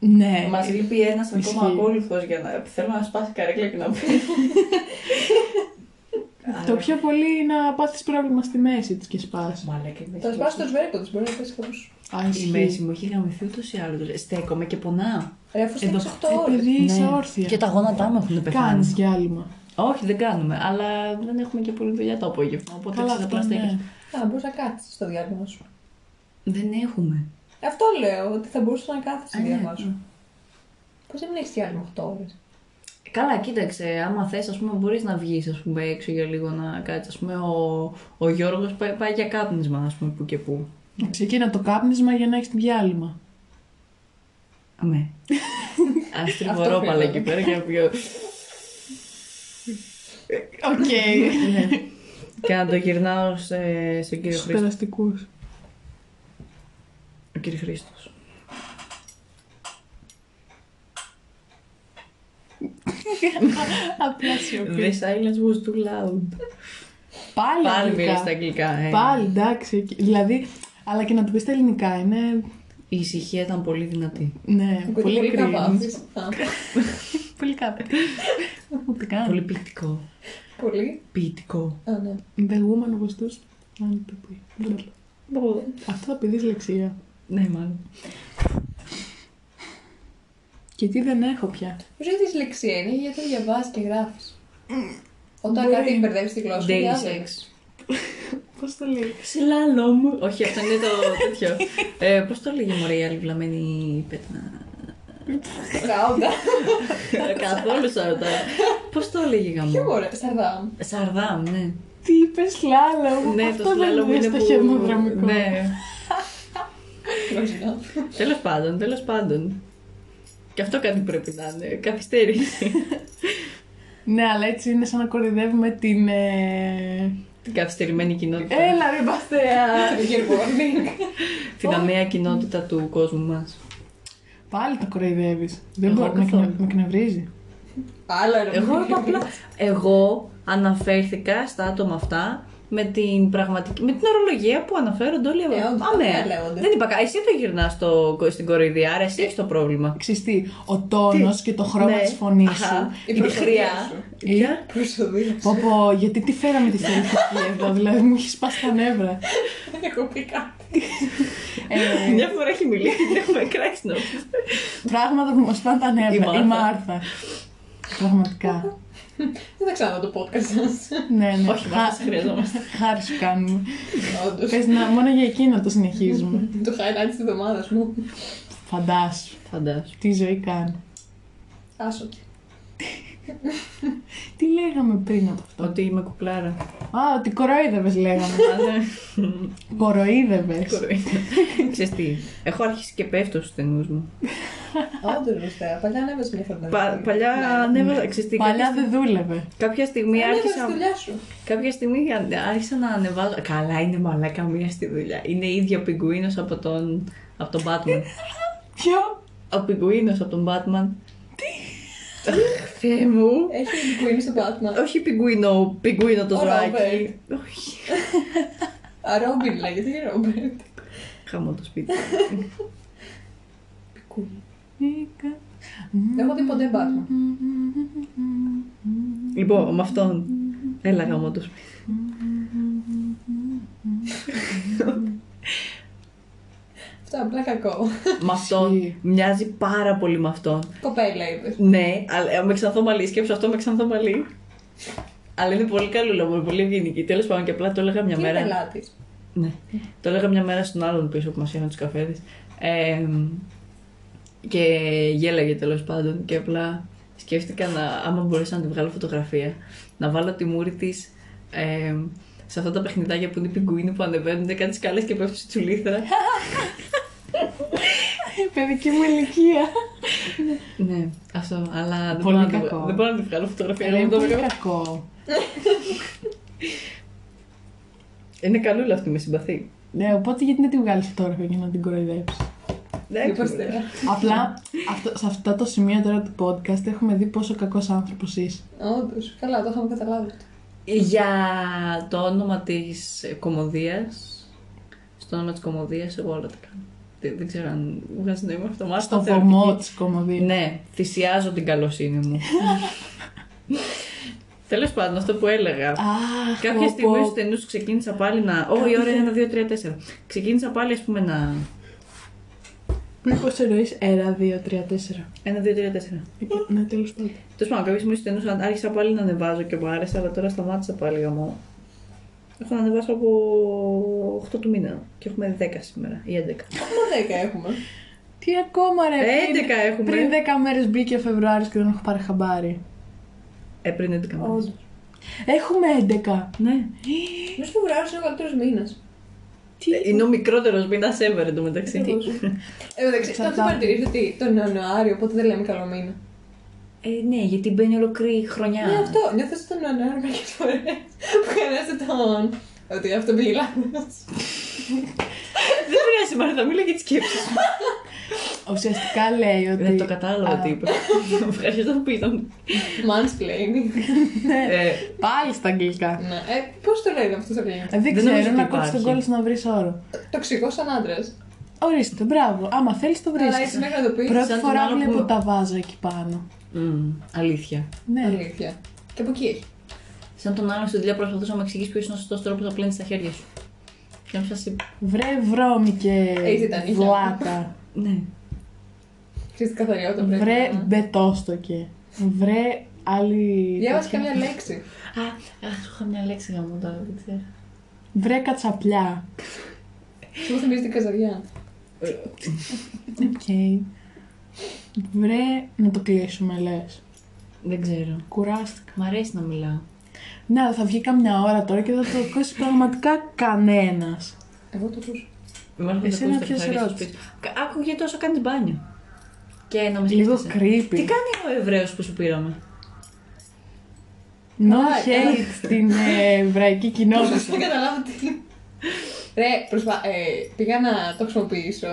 [SPEAKER 3] ναι.
[SPEAKER 2] Μας λείπει ένας ακόμα
[SPEAKER 3] Ισχύει.
[SPEAKER 2] ακόλουθος για να. Θέλω να σπάσει καρέκλα και να πει.
[SPEAKER 3] Το πιο πολύ είναι να πάθεις πρόβλημα στη μέση της και σπάς.
[SPEAKER 2] Μαλάκα, είμαι
[SPEAKER 1] Θα
[SPEAKER 2] τόσο-
[SPEAKER 1] σπάσει το σβέρκο της, μπορεί να πέσει κάπως.
[SPEAKER 3] Α,
[SPEAKER 2] Η
[SPEAKER 3] ισχύει.
[SPEAKER 2] μέση μου έχει γαμηθεί ούτως ή άλλως. Στέκομαι και πονάω.
[SPEAKER 1] Ρε, αφού
[SPEAKER 2] Εδώ.
[SPEAKER 1] στέκεις 8
[SPEAKER 3] Ε,
[SPEAKER 1] ώρες.
[SPEAKER 3] Παιδί είσαι
[SPEAKER 2] Ναι. Και
[SPEAKER 3] όρθια.
[SPEAKER 2] τα γόνατά μου έχουν πεθάνει.
[SPEAKER 3] Κάνεις διάλειμμα.
[SPEAKER 2] Όχι, δεν κάνουμε, αλλά δεν έχουμε και πολλή δουλειά το απόγευμα. Οπότε
[SPEAKER 3] Καλά,
[SPEAKER 2] ξέρεις, απλά
[SPEAKER 3] αυτό ναι.
[SPEAKER 2] στέκεσαι.
[SPEAKER 1] Α, μπορείς να κάθεσαι στο διάλειμμα σου.
[SPEAKER 2] Δεν έχουμε.
[SPEAKER 1] Αυτό λέω, ότι θα μπορούσε να κάθεσαι στο
[SPEAKER 2] Α, ναι.
[SPEAKER 1] διάλειμμα σου. Πώς δεν έχεις διάλειμμα 8 ώρες.
[SPEAKER 2] Καλά, κοίταξε, άμα θες, ας πούμε, μπορείς να βγεις, ας πούμε, έξω για λίγο να κάτσεις. Ας πούμε, ο, ο Γιώργος πάει, πάει για κάπνισμα, ας πούμε, που και που.
[SPEAKER 3] ναι. Ξεκίνα το κάπνισμα για να έχεις διάλειμμα. ναι.
[SPEAKER 2] Αμέ. Ας τριβορόπαλα εκεί πέρα και να πιω.
[SPEAKER 3] Οκ.
[SPEAKER 2] και να το γυρνάω σε, στον κύριο
[SPEAKER 3] Στους
[SPEAKER 2] Χρήστο.
[SPEAKER 3] περαστικούς.
[SPEAKER 2] κύριε Χρήστος.
[SPEAKER 3] Απλά σιωπή.
[SPEAKER 2] The silence was too loud.
[SPEAKER 3] Πάλι
[SPEAKER 2] Πάλι
[SPEAKER 3] αγγλικά.
[SPEAKER 2] μιλήσει στα αγγλικά. ε.
[SPEAKER 3] Πάλι, εντάξει. εκεί. Δηλαδή, αλλά και να του πει τα ελληνικά είναι.
[SPEAKER 2] Η ησυχία ήταν πολύ δυνατή.
[SPEAKER 3] Ναι,
[SPEAKER 1] Ακούγεται
[SPEAKER 3] πολύ
[SPEAKER 1] καβά.
[SPEAKER 3] cringe. Πολύ κάπου. Ούτε καν.
[SPEAKER 2] Πολύ ποιητικό.
[SPEAKER 1] Πολύ.
[SPEAKER 2] Ποιητικό.
[SPEAKER 1] Α, ναι.
[SPEAKER 3] The woman was too strong to be. Αυτό θα πει δυσλεξία.
[SPEAKER 2] Ναι, μάλλον.
[SPEAKER 3] Και τι δεν έχω πια.
[SPEAKER 1] Ουσία της λεξία είναι γιατί διαβάζεις και γράφεις. Όταν
[SPEAKER 3] Μπορεί.
[SPEAKER 1] κάτι μπερδεύεις τη γλώσσα,
[SPEAKER 2] Daily
[SPEAKER 1] διάβαζες.
[SPEAKER 2] sex.
[SPEAKER 3] Πώς το λέει.
[SPEAKER 2] Σλάλο μου. Όχι, αυτό είναι το τέτοιο. ε, Πώς το λέγει μωρέ η άλλη βλαμμένη πέτνα.
[SPEAKER 1] Σαούντα.
[SPEAKER 2] Καθόλου σαρδά. Πώς το λέγει
[SPEAKER 1] Ποιο
[SPEAKER 2] γαμό.
[SPEAKER 1] μπορεί, Σαρδάμ.
[SPEAKER 2] Σαρδάμ, ναι.
[SPEAKER 3] Τι είπες, σλάλο.
[SPEAKER 2] ναι,
[SPEAKER 3] Ε, Αυτό
[SPEAKER 2] σλάλομ
[SPEAKER 3] δεν είναι στο χερμοδρομικό.
[SPEAKER 2] Ναι.
[SPEAKER 1] Close enough.
[SPEAKER 2] Τέλος πάντων, τέλος πάντων. Και αυτό κάτι πρέπει να είναι. Καθυστέρηση.
[SPEAKER 3] Ναι, αλλά έτσι είναι σαν να κορυδεύουμε την. ε,
[SPEAKER 2] Την καθυστερημένη κοινότητα.
[SPEAKER 3] Έλα, ρε μπαστέα!
[SPEAKER 1] Trigger warning.
[SPEAKER 2] Την αμαία κοινότητα του κόσμου μας.
[SPEAKER 3] Πάλι το κοροϊδεύεις. Δεν
[SPEAKER 2] Εγώ
[SPEAKER 3] μπορεί να
[SPEAKER 2] καθόλου.
[SPEAKER 3] κνα- με κνευρίζει.
[SPEAKER 1] Άλλο ένα.
[SPEAKER 2] Εγώ είπα απλά. Εγώ αναφέρθηκα στα άτομα αυτά με την πραγματική. με την ορολογία που αναφέρονται όλοι.
[SPEAKER 1] Ε, όντως,
[SPEAKER 2] αμαία.
[SPEAKER 1] αυτά λέγονται. Ε,
[SPEAKER 2] Δεν είπα κα- Εσύ το γυρνάς στο... στην κοροϊδία, άρα εσύ έχεις το πρόβλημα.
[SPEAKER 3] Ξυστή, ο τόνος και το χρώμα
[SPEAKER 2] Ναι.
[SPEAKER 3] της φωνής
[SPEAKER 2] Αχα.
[SPEAKER 3] σου.
[SPEAKER 1] Η
[SPEAKER 2] Η
[SPEAKER 1] προσωρία
[SPEAKER 2] χρειά.
[SPEAKER 1] σου.
[SPEAKER 3] Ή-
[SPEAKER 1] Προσωρία.
[SPEAKER 3] Πω πω, γιατί τι φέραμε τη θεωρητική εδώ, δηλαδή μου έχεις σπάσει τα νεύρα.
[SPEAKER 1] Έχω πει κάτι.
[SPEAKER 3] Ε,
[SPEAKER 2] Μια φορά έχει μιλήσει και την έχουμε κράξει να
[SPEAKER 3] πράγματα που μας πάνε τα
[SPEAKER 2] Η
[SPEAKER 3] νεύρα.
[SPEAKER 2] Μάρθα.
[SPEAKER 3] Η Μάρθα. Πραγματικά.
[SPEAKER 1] Δεν θα ξαναδώ το podcast σας.
[SPEAKER 3] Ναι, ναι.
[SPEAKER 2] Όχι, μας χρειαζόμαστε.
[SPEAKER 3] Χάρη σου κάνουμε.
[SPEAKER 1] Όντω.
[SPEAKER 2] Ε.
[SPEAKER 3] Πες να, μόνο για εκείνο το συνεχίζουμε.
[SPEAKER 1] Το highlight της εβδομάδας μου.
[SPEAKER 3] Φαντάσου,
[SPEAKER 2] Φαντάσου.
[SPEAKER 3] τι ζωή κάνει.
[SPEAKER 1] Άσο.
[SPEAKER 3] Τι λέγαμε πριν από αυτό.
[SPEAKER 2] Ότι είμαι κουκλάρα.
[SPEAKER 3] Α, ότι κοροϊδεύες λέγαμε. Κοροϊδεύε.
[SPEAKER 2] Ξέρεις τι, έχω αρχίσει και πέφτω στους στενούς μου.
[SPEAKER 1] Όντως, Ρωστέα. Παλιά ανέβασε μια φορά.
[SPEAKER 2] Πα- παλιά
[SPEAKER 1] Ναι.
[SPEAKER 2] ανέβαζα, ξέρεις τι,
[SPEAKER 3] Παλιά
[SPEAKER 2] κάποια,
[SPEAKER 3] δεν δούλευε.
[SPEAKER 2] κάποια στιγμή
[SPEAKER 1] Ανέβασε
[SPEAKER 2] άρχισα,
[SPEAKER 1] τη δουλειά σου.
[SPEAKER 2] κάποια στιγμή ανε- άρχισα να ανεβάζω. Καλά, είναι μαλάκα μία στη δουλειά. Είναι ίδια πιγκουίνος από τον, από τον Batman.
[SPEAKER 3] Ποιο?
[SPEAKER 2] Ο πιγκουίνος από τον Batman. Τι! Θεέ μου!
[SPEAKER 1] Έχει την Queen στο Batman.
[SPEAKER 2] Όχι πιγκουίνο, πιγκουίνο το
[SPEAKER 1] Ο
[SPEAKER 2] ζωάκι.
[SPEAKER 1] Ρόμπερτ.
[SPEAKER 2] Όχι.
[SPEAKER 1] Α, Ρόμπιν λέγεται και Ρόμπερτ.
[SPEAKER 2] Χαμό το σπίτι.
[SPEAKER 3] Νίκα.
[SPEAKER 1] Δεν έχω δει ποτέ Batman.
[SPEAKER 2] Λοιπόν, με αυτόν. Έλα γαμώ το σπίτι.
[SPEAKER 1] Αυτό απλά κακό.
[SPEAKER 2] Με αυτόν. Μοιάζει πάρα πολύ με αυτόν.
[SPEAKER 1] Κοπέλα είπε.
[SPEAKER 2] Ναι, αλλά ε, με ξανθόμαλη. Σκέψω αυτό με ξανθόμαλη. Αλλά είναι πολύ καλό μου, πολύ ευγενική. Τέλος πάντων, και απλά το έλεγα μια
[SPEAKER 1] Και είναι
[SPEAKER 2] μέρα.
[SPEAKER 1] πελάτης.
[SPEAKER 2] Ναι. Το έλεγα μια μέρα στον άλλον πίσω που μας είχαν τους καφέδες. και γέλαγε τέλος πάντων. Και απλά σκέφτηκα να, άμα μπορούσα να τη βγάλω φωτογραφία, να βάλω τη μούρη της σε αυτά τα παιχνιδάκια που είναι οι πιγκουίνοι που ανεβαίνουν κάτι σκάλε και πέφτουν στη τσουλήθρα.
[SPEAKER 3] Ε, Παιδική μου ηλικία.
[SPEAKER 2] ναι, αυτό. Αλλά δεν
[SPEAKER 3] Πολύ
[SPEAKER 2] μπορώ, να τη,
[SPEAKER 3] κακό.
[SPEAKER 2] δεν μπορώ να τη βγάλω φωτογραφία.
[SPEAKER 3] Ρε,
[SPEAKER 2] εγώ
[SPEAKER 3] είναι
[SPEAKER 2] το
[SPEAKER 3] Ε, πολύ
[SPEAKER 2] βλέπω.
[SPEAKER 3] κακό.
[SPEAKER 2] Είναι καλούλα αυτή, με συμπαθεί.
[SPEAKER 3] Ναι, οπότε γιατί να τη βγάλεις τώρα και να την κοροϊδέψεις.
[SPEAKER 2] Ναι,
[SPEAKER 3] Λοιπόν, Απλά αυτό, σε αυτά το σημείο τώρα του podcast έχουμε δει πόσο κακός άνθρωπος είσαι.
[SPEAKER 1] Όντως. Καλά, το είχαμε καταλάβει.
[SPEAKER 2] Για το όνομα της ε, κομμωδίας, στο όνομα της κομμωδίας εγώ όλα τα κάνω. Δεν, δεν ξέρω αν βγάζει νόημα αυτό. μάλλον
[SPEAKER 3] Στο
[SPEAKER 2] θεραπευτική.
[SPEAKER 3] βωμό της κομμωδίας.
[SPEAKER 2] Ναι, θυσιάζω την καλοσύνη μου. Τέλος πάντων, αυτό που έλεγα.
[SPEAKER 3] Αχ,
[SPEAKER 2] Κάποια
[SPEAKER 3] πω,
[SPEAKER 2] στιγμή
[SPEAKER 3] πω.
[SPEAKER 2] στου στενού ξεκίνησα πάλι να. Ω, η ώρα είναι 1, 2, 3, 4. Ξεκίνησα πάλι, ας πούμε, να.
[SPEAKER 3] Μήπως εννοείς 1, 2, 3, 4.
[SPEAKER 2] 1, 2, 3, 4.
[SPEAKER 3] Ναι, τέλος πάντων.
[SPEAKER 2] Τέλος πάντων, κάποια στιγμή στενού άρχισα πάλι να ανεβάζω και μου άρεσε, αλλά τώρα σταμάτησα πάλι γαμό. Έχω να ανεβάσω από 8 του μήνα και έχουμε 10 σήμερα ή 11.
[SPEAKER 1] Ακόμα 10 έχουμε.
[SPEAKER 3] Τι ακόμα ρε,
[SPEAKER 2] Ε,
[SPEAKER 3] πριν-
[SPEAKER 2] 11 έχουμε.
[SPEAKER 3] Πριν 10 μέρες μπήκε ο Φεβρουάριος και δεν έχω πάρει χαμπάρι.
[SPEAKER 2] Ε, πριν 11 μέρες.
[SPEAKER 3] Έχουμε 11.
[SPEAKER 2] Ναι.
[SPEAKER 1] Μέσα στο Φεβρουάριο είναι ο καλύτερος μήνας.
[SPEAKER 2] Ε, Είναι ο μικρότερος μήνας ever εντωμεταξύ.
[SPEAKER 1] Ε, εντάξει, το έχετε
[SPEAKER 3] Εξαρτάται.
[SPEAKER 1] παρατηρήσει ότι τον Ιανουάριο, οπότε δεν λέμε καλό μήνα.
[SPEAKER 2] Ε, ναι, γιατί μπαίνει ολοκληρή χρονιά.
[SPEAKER 1] Ναι, αυτό. Νιώθω τον Ιανουάριο μερικέ φορέ που χαράζεται τον. Ότι αυτό πήγε λάθος.
[SPEAKER 2] ε, Δεν πειράζει σήμερα, θα μιλάω για τις σκέψεις.
[SPEAKER 3] Ουσιαστικά λέει ότι.
[SPEAKER 2] Ε, Δεν το κατάλαβα
[SPEAKER 3] Α,
[SPEAKER 2] τι είπα. Ευχαριστώ που ήταν.
[SPEAKER 1] Mansplaining.
[SPEAKER 2] Ε,
[SPEAKER 3] Πάλι στα αγγλικά.
[SPEAKER 1] ναι. Ε, Πώς το λένε αυτό το πράγμα.
[SPEAKER 3] Δεν
[SPEAKER 2] νομίζω
[SPEAKER 3] ξέρω,
[SPEAKER 2] ότι
[SPEAKER 3] να κόψεις τον
[SPEAKER 2] υπάρχει.
[SPEAKER 3] κόλλο σου να βρεις όρο.
[SPEAKER 1] Τοξικό σαν άντρας.
[SPEAKER 3] Ορίστε, μπράβο. Άμα θέλεις, το
[SPEAKER 1] Αλλά έτσι
[SPEAKER 3] βρίσκει.
[SPEAKER 1] μέχρι να το πεις.
[SPEAKER 3] Πρώτη
[SPEAKER 2] σαν τον
[SPEAKER 3] φορά
[SPEAKER 2] άλλο
[SPEAKER 3] βλέπω
[SPEAKER 2] που-
[SPEAKER 3] τα βάζω εκεί πάνω.
[SPEAKER 2] μμ, αλήθεια.
[SPEAKER 3] Ναι.
[SPEAKER 1] Αλήθεια. Και από εκεί έχει.
[SPEAKER 2] Σαν τον άλλο στη δουλειά προσπαθούσε να μου εξηγήσει ποιος είναι ο σωστός τρόπος να πλένεις τα χέρια σου. Και να μου σα είπα.
[SPEAKER 3] Βρε βρώμικε
[SPEAKER 1] Ε, ήταν η
[SPEAKER 3] βλάτα.
[SPEAKER 2] Ναι.
[SPEAKER 1] Ξέρεις τι καθαριότητα πρέπει.
[SPEAKER 3] Βρε
[SPEAKER 1] να-
[SPEAKER 3] μπετόστοκε. Βρε άλλη.
[SPEAKER 1] Διάβασες
[SPEAKER 3] τέτοια.
[SPEAKER 1] καμιά λέξη.
[SPEAKER 2] Α, α, σου είχα μια λέξη γαμώ τώρα, δεν ξέρω.
[SPEAKER 3] Βρε κατσαπλιά.
[SPEAKER 1] Σου μου θυμίζει την καζαριά.
[SPEAKER 3] Οκ. Βρε να το κλείσουμε, λες.
[SPEAKER 2] Δεν ξέρω.
[SPEAKER 3] Κουράστηκα.
[SPEAKER 2] Μ' αρέσει να μιλάω.
[SPEAKER 3] Ναι, θα βγει καμιά ώρα τώρα και δεν θα το ακούσει πραγματικά κανένας.
[SPEAKER 1] Εγώ το ακούσω.
[SPEAKER 2] Μάλλον θα
[SPEAKER 3] Εσένα
[SPEAKER 2] το ακούσει,
[SPEAKER 3] ποιος
[SPEAKER 2] θα χαρίσεις
[SPEAKER 3] ερώτησε?
[SPEAKER 2] σπίτι. Κα- Άκου γιατί όσο κάνει μπάνιο. Και να με
[SPEAKER 3] Λίγο
[SPEAKER 2] σκέφτεσαι. Τι
[SPEAKER 3] creepy.
[SPEAKER 2] κάνει ο Εβραίος που σου πήραμε.
[SPEAKER 3] No
[SPEAKER 1] Καλά,
[SPEAKER 3] hate στην ε, εβραϊκή κοινότητα.
[SPEAKER 1] Δεν καταλάβω τι. Ρε, προσπα... ε, πήγα να το χρησιμοποιήσω.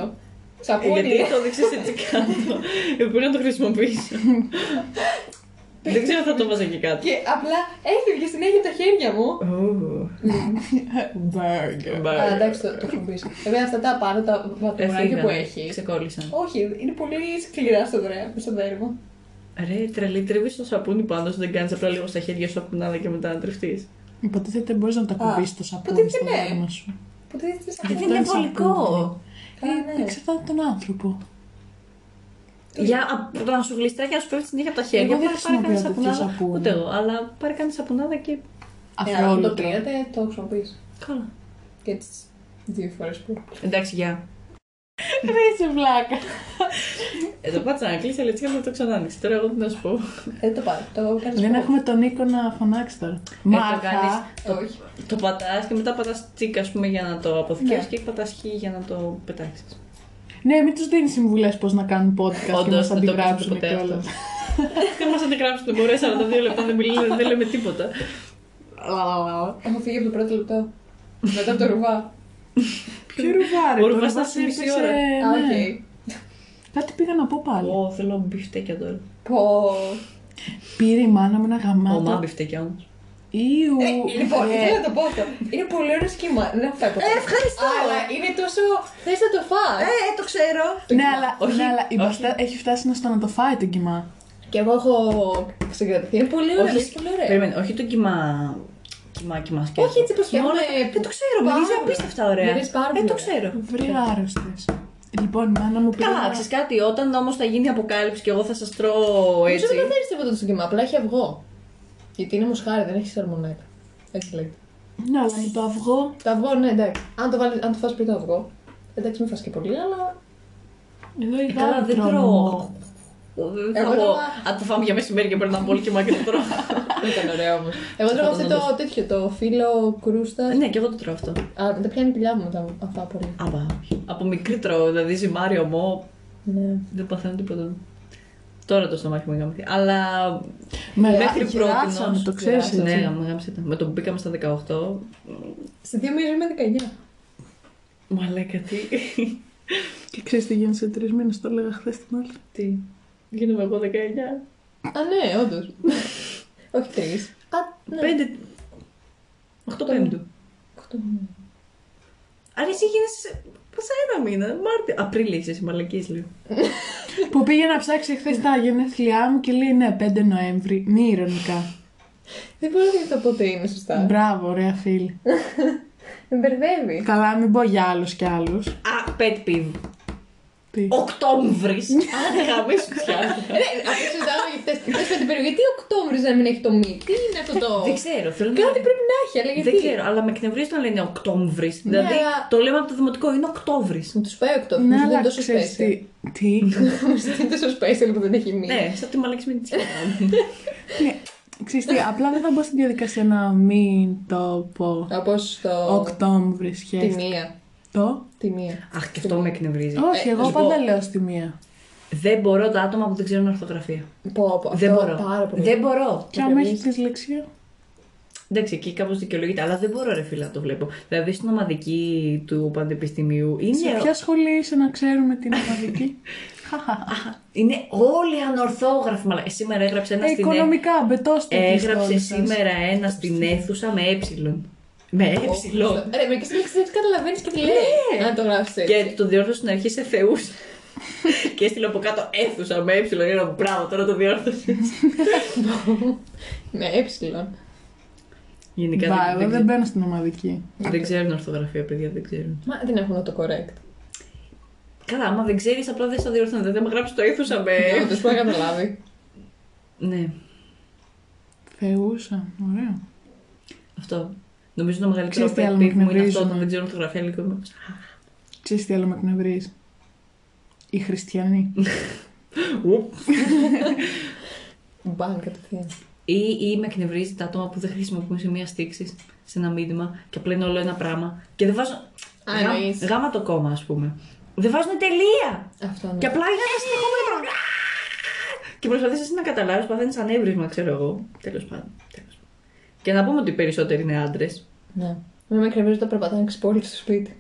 [SPEAKER 2] Ε,
[SPEAKER 1] Σαπούνι.
[SPEAKER 2] γιατί το δείξει έτσι κάτω. Εγώ πρέπει να το χρησιμοποιήσω. δεν ξέρω αν θα το βάζα και κάτω.
[SPEAKER 1] Και απλά έφυγε συνέχεια από τα χέρια μου.
[SPEAKER 2] Ου,
[SPEAKER 3] Burger.
[SPEAKER 2] μπα.
[SPEAKER 1] Αλλά εντάξει,
[SPEAKER 3] ε,
[SPEAKER 1] το, το χρησιμοποιήσω. Βέβαια, αυτά τα πάνω, τα βατουράκια
[SPEAKER 2] Έφυγαν,
[SPEAKER 1] που έχει.
[SPEAKER 2] Ξεκόλλησαν.
[SPEAKER 1] Όχι, είναι πολύ σκληρά στο δρέα, στο δέρμα.
[SPEAKER 2] Ρε, τρελή, τρεβεί το σαπούνι πάνω σου, δεν κάνεις απλά λίγο στα χέρια σου από την άλλη και μετά να τρευτεί.
[SPEAKER 3] Υποτίθεται μπορείς να το ακουμπήσει το σαπούνι
[SPEAKER 1] ποτέ
[SPEAKER 3] στο
[SPEAKER 2] ναι.
[SPEAKER 1] δεν είναι.
[SPEAKER 3] δέρμα σου.
[SPEAKER 1] Ποτέ δεν ξέρει
[SPEAKER 3] Αυτό
[SPEAKER 2] είναι
[SPEAKER 3] σαπούνι.
[SPEAKER 2] βολικό.
[SPEAKER 1] Α,
[SPEAKER 3] Ε,
[SPEAKER 1] ναι.
[SPEAKER 3] Εξαρτάται από τον άνθρωπο.
[SPEAKER 2] Ε, Για από το να σου γλιστράει και να σου πέφτει συνέχεια από τα χέρια.
[SPEAKER 3] Εγώ δεν
[SPEAKER 2] Πάρε- πάρε
[SPEAKER 3] χρησιμοποιώ
[SPEAKER 2] κανένα
[SPEAKER 3] τέτοιο
[SPEAKER 2] σαπουνάδα.
[SPEAKER 3] σαπούνι.
[SPEAKER 2] Ούτε εγώ, αλλά πάρε κανένα σαπουνάδα και.
[SPEAKER 1] Ε, Αν το
[SPEAKER 3] Αφρόλουτο.
[SPEAKER 1] πήρατε, το χρησιμοποιήσω.
[SPEAKER 2] Καλά.
[SPEAKER 1] Και τις δύο φορές που.
[SPEAKER 2] Εντάξει, γεια.
[SPEAKER 3] Ρε είσαι βλάκα.
[SPEAKER 2] Εδώ πάτσα να κλείσει, αλλά έτσι να το ξανά άνοιξε. Τώρα εγώ τι να σου πω.
[SPEAKER 1] Δεν το πάρω. Το κάνεις
[SPEAKER 3] Δεν
[SPEAKER 1] εγώ.
[SPEAKER 3] έχουμε τον Νίκο να φωνάξει τώρα.
[SPEAKER 2] Ε, το κάνεις.
[SPEAKER 3] Μάρθα.
[SPEAKER 1] Όχι.
[SPEAKER 2] Το πατάς και μετά πατάς τσίκα, ας πούμε, για να το αποθηκεύσει
[SPEAKER 1] Ναι.
[SPEAKER 2] και πατάς χ για να το πετάξεις.
[SPEAKER 3] Ναι, μην τους δίνεις συμβουλές πώς να κάνουν podcast και
[SPEAKER 2] Όντως,
[SPEAKER 3] μας
[SPEAKER 2] δεν το ακούσατε
[SPEAKER 3] αντιγράψουν
[SPEAKER 2] ποτέ αυτό.
[SPEAKER 3] κιόλα.
[SPEAKER 2] Δεν μας αντιγράψουν, μωρέ 42 λεπτά δεν μιλάμε, δεν λέμε τίποτα.
[SPEAKER 1] Έχω φύγει από το πρώτο λεπτό. Μετά από το ρουβά.
[SPEAKER 3] Ποιο ρουβάρι.
[SPEAKER 2] Ο
[SPEAKER 3] το
[SPEAKER 2] ρουβάς
[SPEAKER 3] ρουβάς
[SPEAKER 2] ήταν μισή
[SPEAKER 3] έπαιξε,
[SPEAKER 2] ώρα.
[SPEAKER 1] Α,
[SPEAKER 3] ναι.
[SPEAKER 1] οκ.
[SPEAKER 3] Κάτι πήγα να πω πάλι.
[SPEAKER 2] Εγώ θέλω μπιφτέκια τώρα.
[SPEAKER 1] Πω.
[SPEAKER 3] Πήρε η μάνα μου ένα
[SPEAKER 2] Ομά
[SPEAKER 3] γαμάτο.
[SPEAKER 2] μπιφτέκια όμως.
[SPEAKER 3] Ήου.
[SPEAKER 1] Ε, Λοιπόν,
[SPEAKER 3] ρε.
[SPEAKER 1] θέλω να το πω αυτό. Είναι πολύ ωραίο σχήμα. Δεν θα πω. Ευχαριστώ. Αλλά είναι τόσο. Θες να το φά.
[SPEAKER 2] Ε, το ξέρω.
[SPEAKER 3] Ναι, αλλά,
[SPEAKER 2] Όχι,
[SPEAKER 3] ναι, αλλά η
[SPEAKER 2] όχι.
[SPEAKER 3] μπαστά έχει φτάσει στο να το φάει το κοιμά.
[SPEAKER 1] Και εγώ έχω συγκρατηθεί. Είναι πολύ ωραίο. είναι πολύ ωραίο.
[SPEAKER 2] Περίμενε, όχι το κοιμά. Κοιμά, κοιμά σκέψη.
[SPEAKER 1] Όχι έτσι πως
[SPEAKER 2] Μόνο-
[SPEAKER 1] κάνουμε-
[SPEAKER 2] Δεν το ξέρω,
[SPEAKER 1] Πάρα
[SPEAKER 2] μυρίζει
[SPEAKER 1] πολύ.
[SPEAKER 2] απίστευτα ωραία.
[SPEAKER 1] Μυρίζει πάρα
[SPEAKER 2] Δεν
[SPEAKER 1] πολύ
[SPEAKER 2] το
[SPEAKER 1] ωραία.
[SPEAKER 2] ξέρω.
[SPEAKER 3] Βρει άρρωστες. Λοιπόν, η μάνα μου πήρε.
[SPEAKER 2] Καλά,
[SPEAKER 3] ένα-
[SPEAKER 2] ξέρεις κάτι, όταν όμως θα γίνει η αποκάλυψη και εγώ θα σας τρώω
[SPEAKER 1] Νομίζω
[SPEAKER 2] έτσι. ε,
[SPEAKER 1] δεν θέλει τίποτα το συγκεκριμένο. Απλά έχει αυγό. Γιατί είναι μοσχάρι, δεν έχει σαρμονέτα. Έτσι λέγεται.
[SPEAKER 3] Ναι, αλλά με το αυγό.
[SPEAKER 1] Το αυγό, ναι, εντάξει. Αν το, βάλεις, αν το φας πριν το αυγό. Εντάξει, μην φας και πολύ, αλλά.
[SPEAKER 3] Εδώ η
[SPEAKER 2] Ε, Καλά,
[SPEAKER 3] Δάρα
[SPEAKER 2] δεν
[SPEAKER 3] τρώμε
[SPEAKER 2] τρώω.
[SPEAKER 3] μόνο.
[SPEAKER 2] Δεν
[SPEAKER 1] Εγώ
[SPEAKER 2] θα πω,
[SPEAKER 1] τρώω-
[SPEAKER 2] αν το φάμε για μεσημέρι και περνάμε πολύ κοιμά και το τρώω.
[SPEAKER 1] Δεν ήταν ωραίο όμως. Εγώ τρώγα αυτό το τέτοιο, το φύλλο κρούστα.
[SPEAKER 2] ναι, και εγώ το τρώω αυτό.
[SPEAKER 1] Α, δεν τα πιάνει η κοιλιά μου μετά αυτά πολύ.
[SPEAKER 2] Άμα, από μικρή τρώω, δηλαδή ζυμάρι, ομό,
[SPEAKER 1] Ναι.
[SPEAKER 2] δεν παθαίνω τίποτα. Τώρα το στομάχι μου γάμισε. Αλλά
[SPEAKER 1] Ε,
[SPEAKER 3] Με
[SPEAKER 2] μέχρι
[SPEAKER 3] γυράτσαμε,
[SPEAKER 2] πρώτη.
[SPEAKER 3] το ξέρεις,
[SPEAKER 2] Ναι,
[SPEAKER 3] έτσι.
[SPEAKER 2] γάμι- γάμισε τα. Με το που μπήκαμε στα 18,
[SPEAKER 1] Σε δύο μήνες είμαι 19.
[SPEAKER 2] μαλάκα τι.
[SPEAKER 3] Και ξέρεις τι γίνει σε τρεις μήνες, το έλεγα χθες την άλλη.
[SPEAKER 2] τι. Γίνομαι εγώ 19.
[SPEAKER 1] Α, ναι, όντως. Όχι τρεις. Α, ναι.
[SPEAKER 2] 5. 8 Πέμπτου. ναι. Άρα εσύ γίνεσαι πόσα ένα μήνα, Μάρτιο. Απρίλιο είσαι, εσύ, μαλακής λέω.
[SPEAKER 3] Που πήγε να ψάξει χθες τα γενέθλιά μου και λέει ναι, 5 Νοέμβρη. Μη ηρωνικά.
[SPEAKER 1] Δεν μπορώ να θυμηθώ πότε είναι
[SPEAKER 2] Ε.
[SPEAKER 1] σωστά.
[SPEAKER 3] Μπράβο, ωραία φίλη.
[SPEAKER 1] Με μπερδεύει.
[SPEAKER 3] Καλά, μην πω για άλλους κι άλλους.
[SPEAKER 2] Α, pet peeve.
[SPEAKER 3] Τι.
[SPEAKER 2] Οκτώβρη. Αν γαμίσου πια.
[SPEAKER 1] Ναι, αυτό συζητάμε για χθε. Χθε με την περιοχή, γιατί Οκτώβρης να μην έχει το μη. Τι είναι αυτό το.
[SPEAKER 2] Δεν ξέρω, θέλω να.
[SPEAKER 1] Κάτι πρέπει να έχει, αλλά γιατί.
[SPEAKER 2] Δεν ξέρω, αλλά με εκνευρίζει όταν λένε Οκτώβρης. δηλαδή
[SPEAKER 1] αλλά-
[SPEAKER 2] το λέμε από το δημοτικό, είναι Οκτώβρης.
[SPEAKER 1] Μου του πάει Οκτώβρης.
[SPEAKER 3] Ναι,
[SPEAKER 1] Ναι, αλλά
[SPEAKER 3] αλλά
[SPEAKER 1] τόσο
[SPEAKER 3] ξέρεις
[SPEAKER 1] special.
[SPEAKER 3] τι. Τι.
[SPEAKER 1] Μου ζητείτε τόσο special που δεν έχει μη.
[SPEAKER 2] Ναι, σαν τη μαλακή με τη σκηνά
[SPEAKER 3] Ναι, ξέρεις τι, απλά δεν θα μπω στην διαδικασία να μην το πω.
[SPEAKER 1] Όπω το.
[SPEAKER 3] Οκτώβρης
[SPEAKER 1] Τη
[SPEAKER 3] σχέση.
[SPEAKER 1] μία.
[SPEAKER 3] Το.
[SPEAKER 1] Τη μία.
[SPEAKER 2] Αχ, και αυτό με εκνευρίζει.
[SPEAKER 3] Όχι,
[SPEAKER 1] Ε,
[SPEAKER 3] εγώ
[SPEAKER 1] σου πω.
[SPEAKER 3] πάντα λέω στη μία.
[SPEAKER 2] Δεν μπορώ τα άτομα που δεν ξέρουν ορθογραφία.
[SPEAKER 1] Πω, πω.
[SPEAKER 2] Δεν
[SPEAKER 1] αυτό
[SPEAKER 2] μπορώ.
[SPEAKER 1] Πάρα πολύ.
[SPEAKER 2] Δεν μπορώ.
[SPEAKER 3] Και άμα έχεις δυσλεξία.
[SPEAKER 2] Εντάξει, εκεί κάπως δικαιολογείται, αλλά δεν μπορώ ρε φίλε να το βλέπω. Δηλαδή στην ομαδική του Πανεπιστημίου είναι,
[SPEAKER 1] Ναι,
[SPEAKER 3] Σε ποια σχολή είσαι να ξέρουμε την ομαδική.
[SPEAKER 2] είναι όλοι ανορθόγραφοι. μαλα- Σήμερα έγραψε ένα
[SPEAKER 3] Ε,
[SPEAKER 2] στην ε,
[SPEAKER 3] οικονομικά, μπετός το
[SPEAKER 2] Έγραψε σήμερα ένα στην αίθουσα με ε. Με ε.
[SPEAKER 1] Ρε, μερικέ λέξει δεν καταλαβαίνεις και τι λέει. Αν το γράψεις.
[SPEAKER 2] Ναι. Και το διόρθωσε στην αρχή σε θεούς. και έστειλε από κάτω αίθουσα με ε. Ένα μου μπράβο, τώρα το διόρθωσες.
[SPEAKER 1] Με Ναι, έψιλον.
[SPEAKER 2] Γενικά
[SPEAKER 3] Μπα,
[SPEAKER 2] δεν,
[SPEAKER 3] εγώ
[SPEAKER 2] δεν,
[SPEAKER 3] δεν
[SPEAKER 2] δεν,
[SPEAKER 3] μπαίνω στην ομαδική.
[SPEAKER 2] ξέρουν ορθογραφία, παιδιά, δεν ξέρουν.
[SPEAKER 1] Μα δεν έχουν το correct.
[SPEAKER 2] Καλά, άμα δεν ξέρεις, απλά δεν στο διόρθωνε. Δεν θα μου γράψει το αίθουσα
[SPEAKER 3] Ναι,
[SPEAKER 2] με.
[SPEAKER 1] Ε, όντως, μπορεί να καταλάβει.
[SPEAKER 2] ναι,
[SPEAKER 3] Θεούσα. Ωραίο.
[SPEAKER 2] αυτό. Νομίζω το μεγαλύτερο
[SPEAKER 3] Ξέρεις τι
[SPEAKER 2] pet
[SPEAKER 3] άλλο με
[SPEAKER 2] peeve μου είναι αυτό
[SPEAKER 3] εκνευρίζουν,
[SPEAKER 2] όταν
[SPEAKER 3] ε?
[SPEAKER 2] δεν ξέρουν ορθογραφία λίγο. είμαι,
[SPEAKER 3] Ξέρεις τι άλλο με εκνευρίζει. Οι χριστιανοί.
[SPEAKER 2] «Ουπ».
[SPEAKER 1] Μπαν κατευθείαν.
[SPEAKER 2] Ή, ή με εκνευρίζει τα άτομα που δεν χρησιμοποιούν σημεία στήξης σε ένα μήνυμα και απλά είναι όλο ένα πράγμα. Και δεν βάζουν.
[SPEAKER 1] Α,
[SPEAKER 2] Γά-
[SPEAKER 1] εννοείς.
[SPEAKER 2] γάμα το κόμμα, ας πούμε. Δεν βάζουν τελεία!
[SPEAKER 1] Αυτό
[SPEAKER 2] Και
[SPEAKER 1] ναι.
[SPEAKER 2] απλά είναι ένα
[SPEAKER 3] Ε,
[SPEAKER 2] συνεχόμενο πράγμα. Και προσπαθείς εσύ να καταλάβεις, παθαίνει ανέβρισμα, ξέρω εγώ. Τέλος πάντων. τέλος πάντων. Και να πούμε ότι οι περισσότεροι είναι άντρες.
[SPEAKER 1] Ναι. Με με εκνευρίζει όταν περπατάνε ξυπόλυτη στο σπίτι.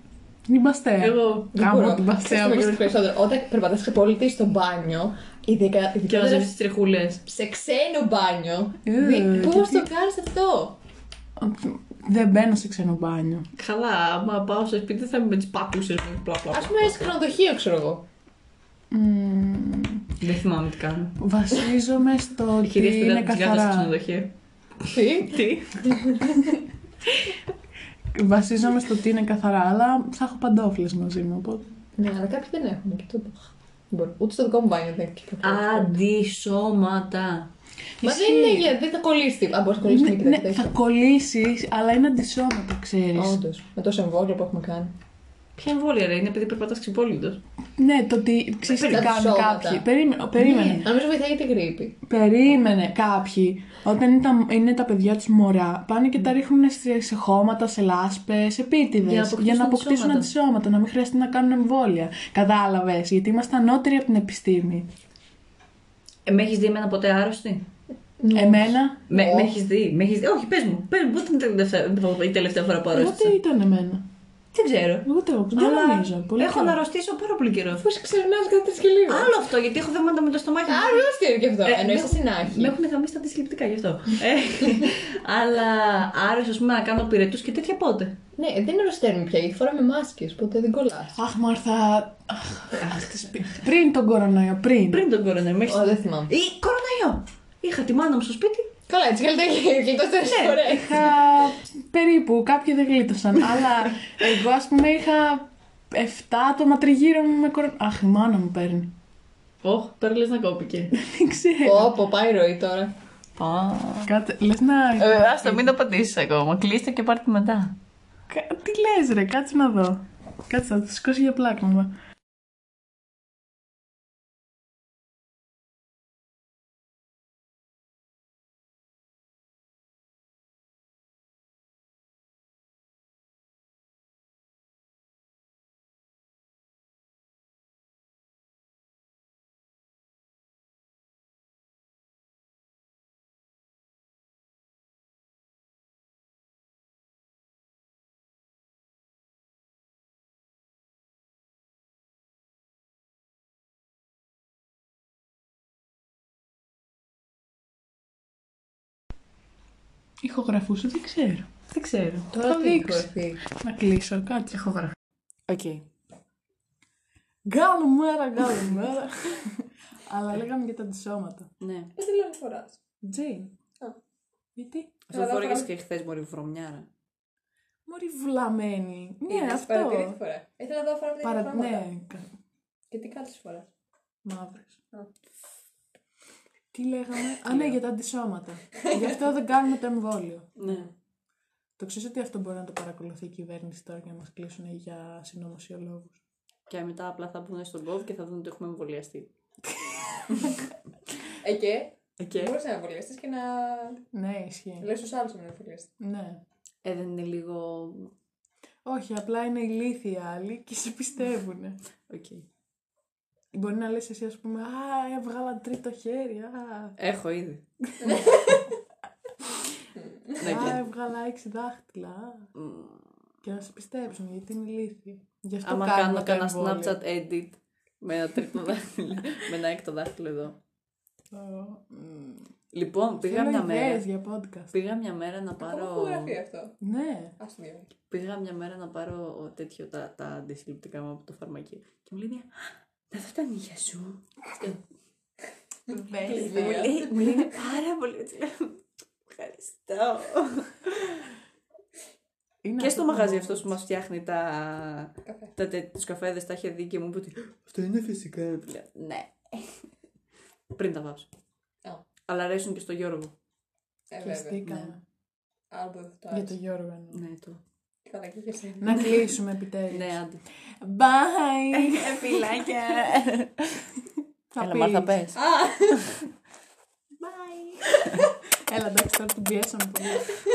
[SPEAKER 3] Μην παστέα.
[SPEAKER 2] Εγώ.
[SPEAKER 1] Δεν
[SPEAKER 3] Γάμο
[SPEAKER 1] μπορώ.
[SPEAKER 3] την παστέα,
[SPEAKER 1] Ξέρεις τι με
[SPEAKER 3] μπορώ.
[SPEAKER 1] εκνευρίζει περισσότερο. Όταν περπατάς ξυπόλυτη στο μπάνιο, ειδικά.
[SPEAKER 2] Και να
[SPEAKER 1] ειδικότερα
[SPEAKER 2] ζεύσει τι τριχούλες.
[SPEAKER 1] σε ξένο μπάνιο.
[SPEAKER 3] Ε,
[SPEAKER 1] δι- Πώς
[SPEAKER 3] γιατί-
[SPEAKER 1] το κάνεις αυτό.
[SPEAKER 3] Δεν μπαίνω σε ξένο μπάνιο.
[SPEAKER 2] Καλά, άμα πάω στο σπίτι δεν θα είμαι με τις παπούσε μου. Πλα, πλα,
[SPEAKER 1] Ας
[SPEAKER 2] πλα.
[SPEAKER 1] πούμε ένα ξενοδοχείο, ξέρω εγώ.
[SPEAKER 3] Μμμ,
[SPEAKER 2] Δεν θυμάμαι τι κάνω.
[SPEAKER 3] Βασίζομαι στο
[SPEAKER 2] Οι
[SPEAKER 3] ότι
[SPEAKER 2] κυρίε που
[SPEAKER 3] είναι
[SPEAKER 2] ήταν τις στο
[SPEAKER 3] καθαρά.
[SPEAKER 2] ξενοδοχείο.
[SPEAKER 1] Τι.
[SPEAKER 2] Τι.
[SPEAKER 3] Βασίζομαι στο ότι είναι καθαρά, αλλά θα έχω παντόφλες μαζί μου. Οπότε...
[SPEAKER 1] Ναι, αλλά κάποιοι δεν έχουν και τούτο. Δεν μπορώ. Ούτε στο δικό μου μπάνιο δεν έχει καθόλου.
[SPEAKER 2] Αντισώματα.
[SPEAKER 1] Μα
[SPEAKER 3] Ισχύει.
[SPEAKER 1] δεν είναι για. Δεν θα κολλήσει. Αν μπορείς να κολλήσεις με
[SPEAKER 3] Ναι, ναι, θα
[SPEAKER 1] κοιτάξει.
[SPEAKER 3] κολλήσεις, αλλά είναι αντισώματα, ξέρεις.
[SPEAKER 1] Όντως. Με τόσο εμβόλιο που έχουμε κάνει.
[SPEAKER 2] Ποια εμβόλια ρε, είναι επειδή περπατάς ξυπόλυτος.
[SPEAKER 3] Ναι, το ότι ξέρεις τι
[SPEAKER 1] Τα
[SPEAKER 3] κάνουν
[SPEAKER 1] ψώματα.
[SPEAKER 3] κάποιοι. Περίμενε. περίμενε.
[SPEAKER 1] Ναι, Νομίζω βοηθάει για την γρήπη.
[SPEAKER 3] Περίμενε κάποιοι, όταν είναι τα, είναι τα παιδιά τους μωρά, πάνε και τα ρίχνουν σε, σε χώματα, σε λάσπες,
[SPEAKER 2] Ναι.
[SPEAKER 3] επίτηδες.
[SPEAKER 2] Για να αποκτήσουν
[SPEAKER 3] να αποκτήσουν
[SPEAKER 2] αντισώματα.
[SPEAKER 3] αντισώματα, να μην χρειαστεί να κάνουν εμβόλια. Κατάλαβες, γιατί είμαστε ανώτεροι από την επιστήμη.
[SPEAKER 2] Ε, με έχεις δει εμένα ποτέ άρρωστη.
[SPEAKER 3] Εμένα,
[SPEAKER 2] Με, με έχεις δει, με έχεις δει. Όχι, πες μου, πες μου, πότε ήταν η τελευταία- η τελευταία φορά που άρρωστη.
[SPEAKER 3] πότε ήταν εμένα.
[SPEAKER 2] Δεν ξέρω.
[SPEAKER 3] Εγώ το δεν
[SPEAKER 2] Αλλά
[SPEAKER 3] νομίζω. Πολύ
[SPEAKER 2] έχω
[SPEAKER 3] καλά.
[SPEAKER 2] να αρρωστήσω πάρα πολύ καιρό.
[SPEAKER 1] Πώ ξερνά κάτι και λίγο.
[SPEAKER 2] Άλλο αυτό, γιατί έχω θέματα με το στομάχι. μου.
[SPEAKER 1] Άρρωστη είναι και αυτό.
[SPEAKER 2] Ε,
[SPEAKER 1] Ενώ
[SPEAKER 2] με
[SPEAKER 1] είσαι
[SPEAKER 2] έχουν-
[SPEAKER 1] συνάχη.
[SPEAKER 2] Με έχουν γαμίσει τα αντισυλληπτικά γι' αυτό. Ε, αλλά άρρωστη, ας πούμε, να κάνω πυρετούς και τέτοια πότε.
[SPEAKER 1] Ναι, δεν αρρωσταίνουμε πια γιατί φοράμε μάσκες. Οπότε δεν κολλάς.
[SPEAKER 3] Αχ, Μάρθα. αχ, αχ, τις πι- πριν τον κορονοϊό, πριν.
[SPEAKER 2] Πριν τον κορονοϊό. με έχεις-
[SPEAKER 1] Ω, δεν θυμάμαι.
[SPEAKER 2] Ή κορονοϊό. Είχα τη μάνα μου στο σπίτι.
[SPEAKER 1] Καλά, έτσι καλύτερα και γλιτώσει
[SPEAKER 3] Ναι.
[SPEAKER 1] τέσσερι φορές.
[SPEAKER 3] Είχα περίπου, κάποιοι δεν γλίτωσαν. αλλά εγώ, ας πούμε, είχα 7 άτομα τριγύρω μου με κορονοϊό. Αχ, η μάνα μου παίρνει.
[SPEAKER 2] Ωχ, τώρα λες να κόπηκε.
[SPEAKER 3] Δεν ξέρω.
[SPEAKER 1] Όπω πάει η ροή τώρα.
[SPEAKER 3] Κάτσε, λες να...
[SPEAKER 2] Ε, Άστα, μην το απαντήσει ακόμα. Κλείστε και πάρτε μετά.
[SPEAKER 3] Κα- Τι λες ρε, κάτσε να δω. Κάτσε, θα το σηκώσω για πλάκα μου. Ηχογραφούσε, δεν ξέρω.
[SPEAKER 2] Δεν ξέρω.
[SPEAKER 1] Τώρα
[SPEAKER 3] θα
[SPEAKER 1] τι
[SPEAKER 3] δείξω.
[SPEAKER 1] κορυφή.
[SPEAKER 3] Να κλείσω, κάτσε. Ηχογραφούσε. Οκ. Okay. μέρα, γκάλο μέρα. Αλλά λέγαμε για τα αντισώματα.
[SPEAKER 2] Ναι.
[SPEAKER 1] Δεν τη λέω φοράς.
[SPEAKER 3] Τζέιν. Γιατί.
[SPEAKER 2] Αυτό φόρεγε και χθες μωρή βρωμιάρα.
[SPEAKER 3] Μωρή βλαμμένη. Ναι, αυτό.
[SPEAKER 1] φορά. Ήθελα να δω φορά με τα
[SPEAKER 3] Παρα...
[SPEAKER 1] ίδια πράγματα.
[SPEAKER 3] Ναι, κα-
[SPEAKER 1] Και τι κάτσε φορά.
[SPEAKER 3] μαύρες. Τι λέγαμε. Α, ναι, για τα αντισώματα. Γι' αυτό δεν κάνουμε το εμβόλιο.
[SPEAKER 2] Ναι.
[SPEAKER 3] Το ξέρεις ότι αυτό μπορεί να το παρακολουθεί η κυβέρνηση τώρα και να μας κλείσουν για συνωμοσιολόγους.
[SPEAKER 2] Και μετά απλά θα μπουν στον κόβ και θα δουν ότι έχουμε εμβολιαστεί.
[SPEAKER 1] Ε, και
[SPEAKER 2] Okay.
[SPEAKER 1] μπορούσε να εμβολιαστείς και να
[SPEAKER 3] Ναι, ισχύει.
[SPEAKER 1] λες στους άλλους να εμβολιαστεί.
[SPEAKER 3] Ναι.
[SPEAKER 2] Ε, δεν είναι λίγο.
[SPEAKER 3] Όχι, απλά είναι ηλίθιοι οι άλλοι και σε πιστεύουν.
[SPEAKER 2] Okay.
[SPEAKER 3] Μπορεί να λες εσύ, ας πούμε, Α, έβγαλα τρίτο χέρι. Α.
[SPEAKER 2] Έχω ήδη. Ναι,
[SPEAKER 3] Α,
[SPEAKER 2] και-
[SPEAKER 3] έβγαλα έξι δάχτυλα. Και να σε πιστέψουν γιατί είναι ηλίθιοι. Γι' αυτό
[SPEAKER 2] Άμα κάνω
[SPEAKER 3] κάνουμε τα
[SPEAKER 2] κανένα
[SPEAKER 3] εμβόλια.
[SPEAKER 2] Snapchat edit με ένα τρίτο δάχτυλο, με ένα έκτο δάχτυλο εδώ.
[SPEAKER 3] Το- μ,
[SPEAKER 2] Λοιπόν, πήγα
[SPEAKER 3] θέλω
[SPEAKER 2] μια
[SPEAKER 3] ιδέες
[SPEAKER 2] μέρα.
[SPEAKER 3] για podcast.
[SPEAKER 2] Πήγα μια μέρα να
[SPEAKER 1] Ακόμα
[SPEAKER 2] πάρω.
[SPEAKER 1] φωτογραφεί αυτό.
[SPEAKER 3] Ναι.
[SPEAKER 1] Ας το διαβάσει.
[SPEAKER 2] Πήγα μια μέρα να πάρω ο- τέτοιο τα, τα αντισυλληπτικά μου από το φαρμακείο. Και μου λέει μια. Να δω τα νύχια σου.
[SPEAKER 1] Κλειδί.
[SPEAKER 2] Μου λέει- Μου λέει «Είναι πάρα πολύ. έτσι». Ευχαριστώ.
[SPEAKER 3] Είναι
[SPEAKER 2] Και στο
[SPEAKER 3] που-
[SPEAKER 2] μαγαζί αυτός που μας φτιάχνει τα.
[SPEAKER 1] Καφέ.
[SPEAKER 2] τα τε- τους καφέδες τα είχε δει και μου είπε ότι αυτό είναι φυσικά. Λέω, ναι. Πριν τα βάψω.
[SPEAKER 1] Α.
[SPEAKER 2] Αλλά αρέσουν και στο Γιώργο.
[SPEAKER 1] Ε, βέβαια.
[SPEAKER 3] Κλειστήκαμε.
[SPEAKER 1] Άλλο που δεν το
[SPEAKER 3] Για το
[SPEAKER 1] άρεσε.
[SPEAKER 3] Γιώργο εννοώ.
[SPEAKER 2] Ναι, το.
[SPEAKER 1] Καλά, και για σένα.
[SPEAKER 3] Να κλείσουμε επιτέλους.
[SPEAKER 2] Ναι, άντε.
[SPEAKER 3] Bye!
[SPEAKER 1] Ε,
[SPEAKER 3] Φιλάκια! Θα
[SPEAKER 2] Έλα, Μάρθα,
[SPEAKER 3] πεις.
[SPEAKER 2] πες.
[SPEAKER 1] Α!
[SPEAKER 3] Έλα, εντάξει, τώρα την πιέσαμε πολύ.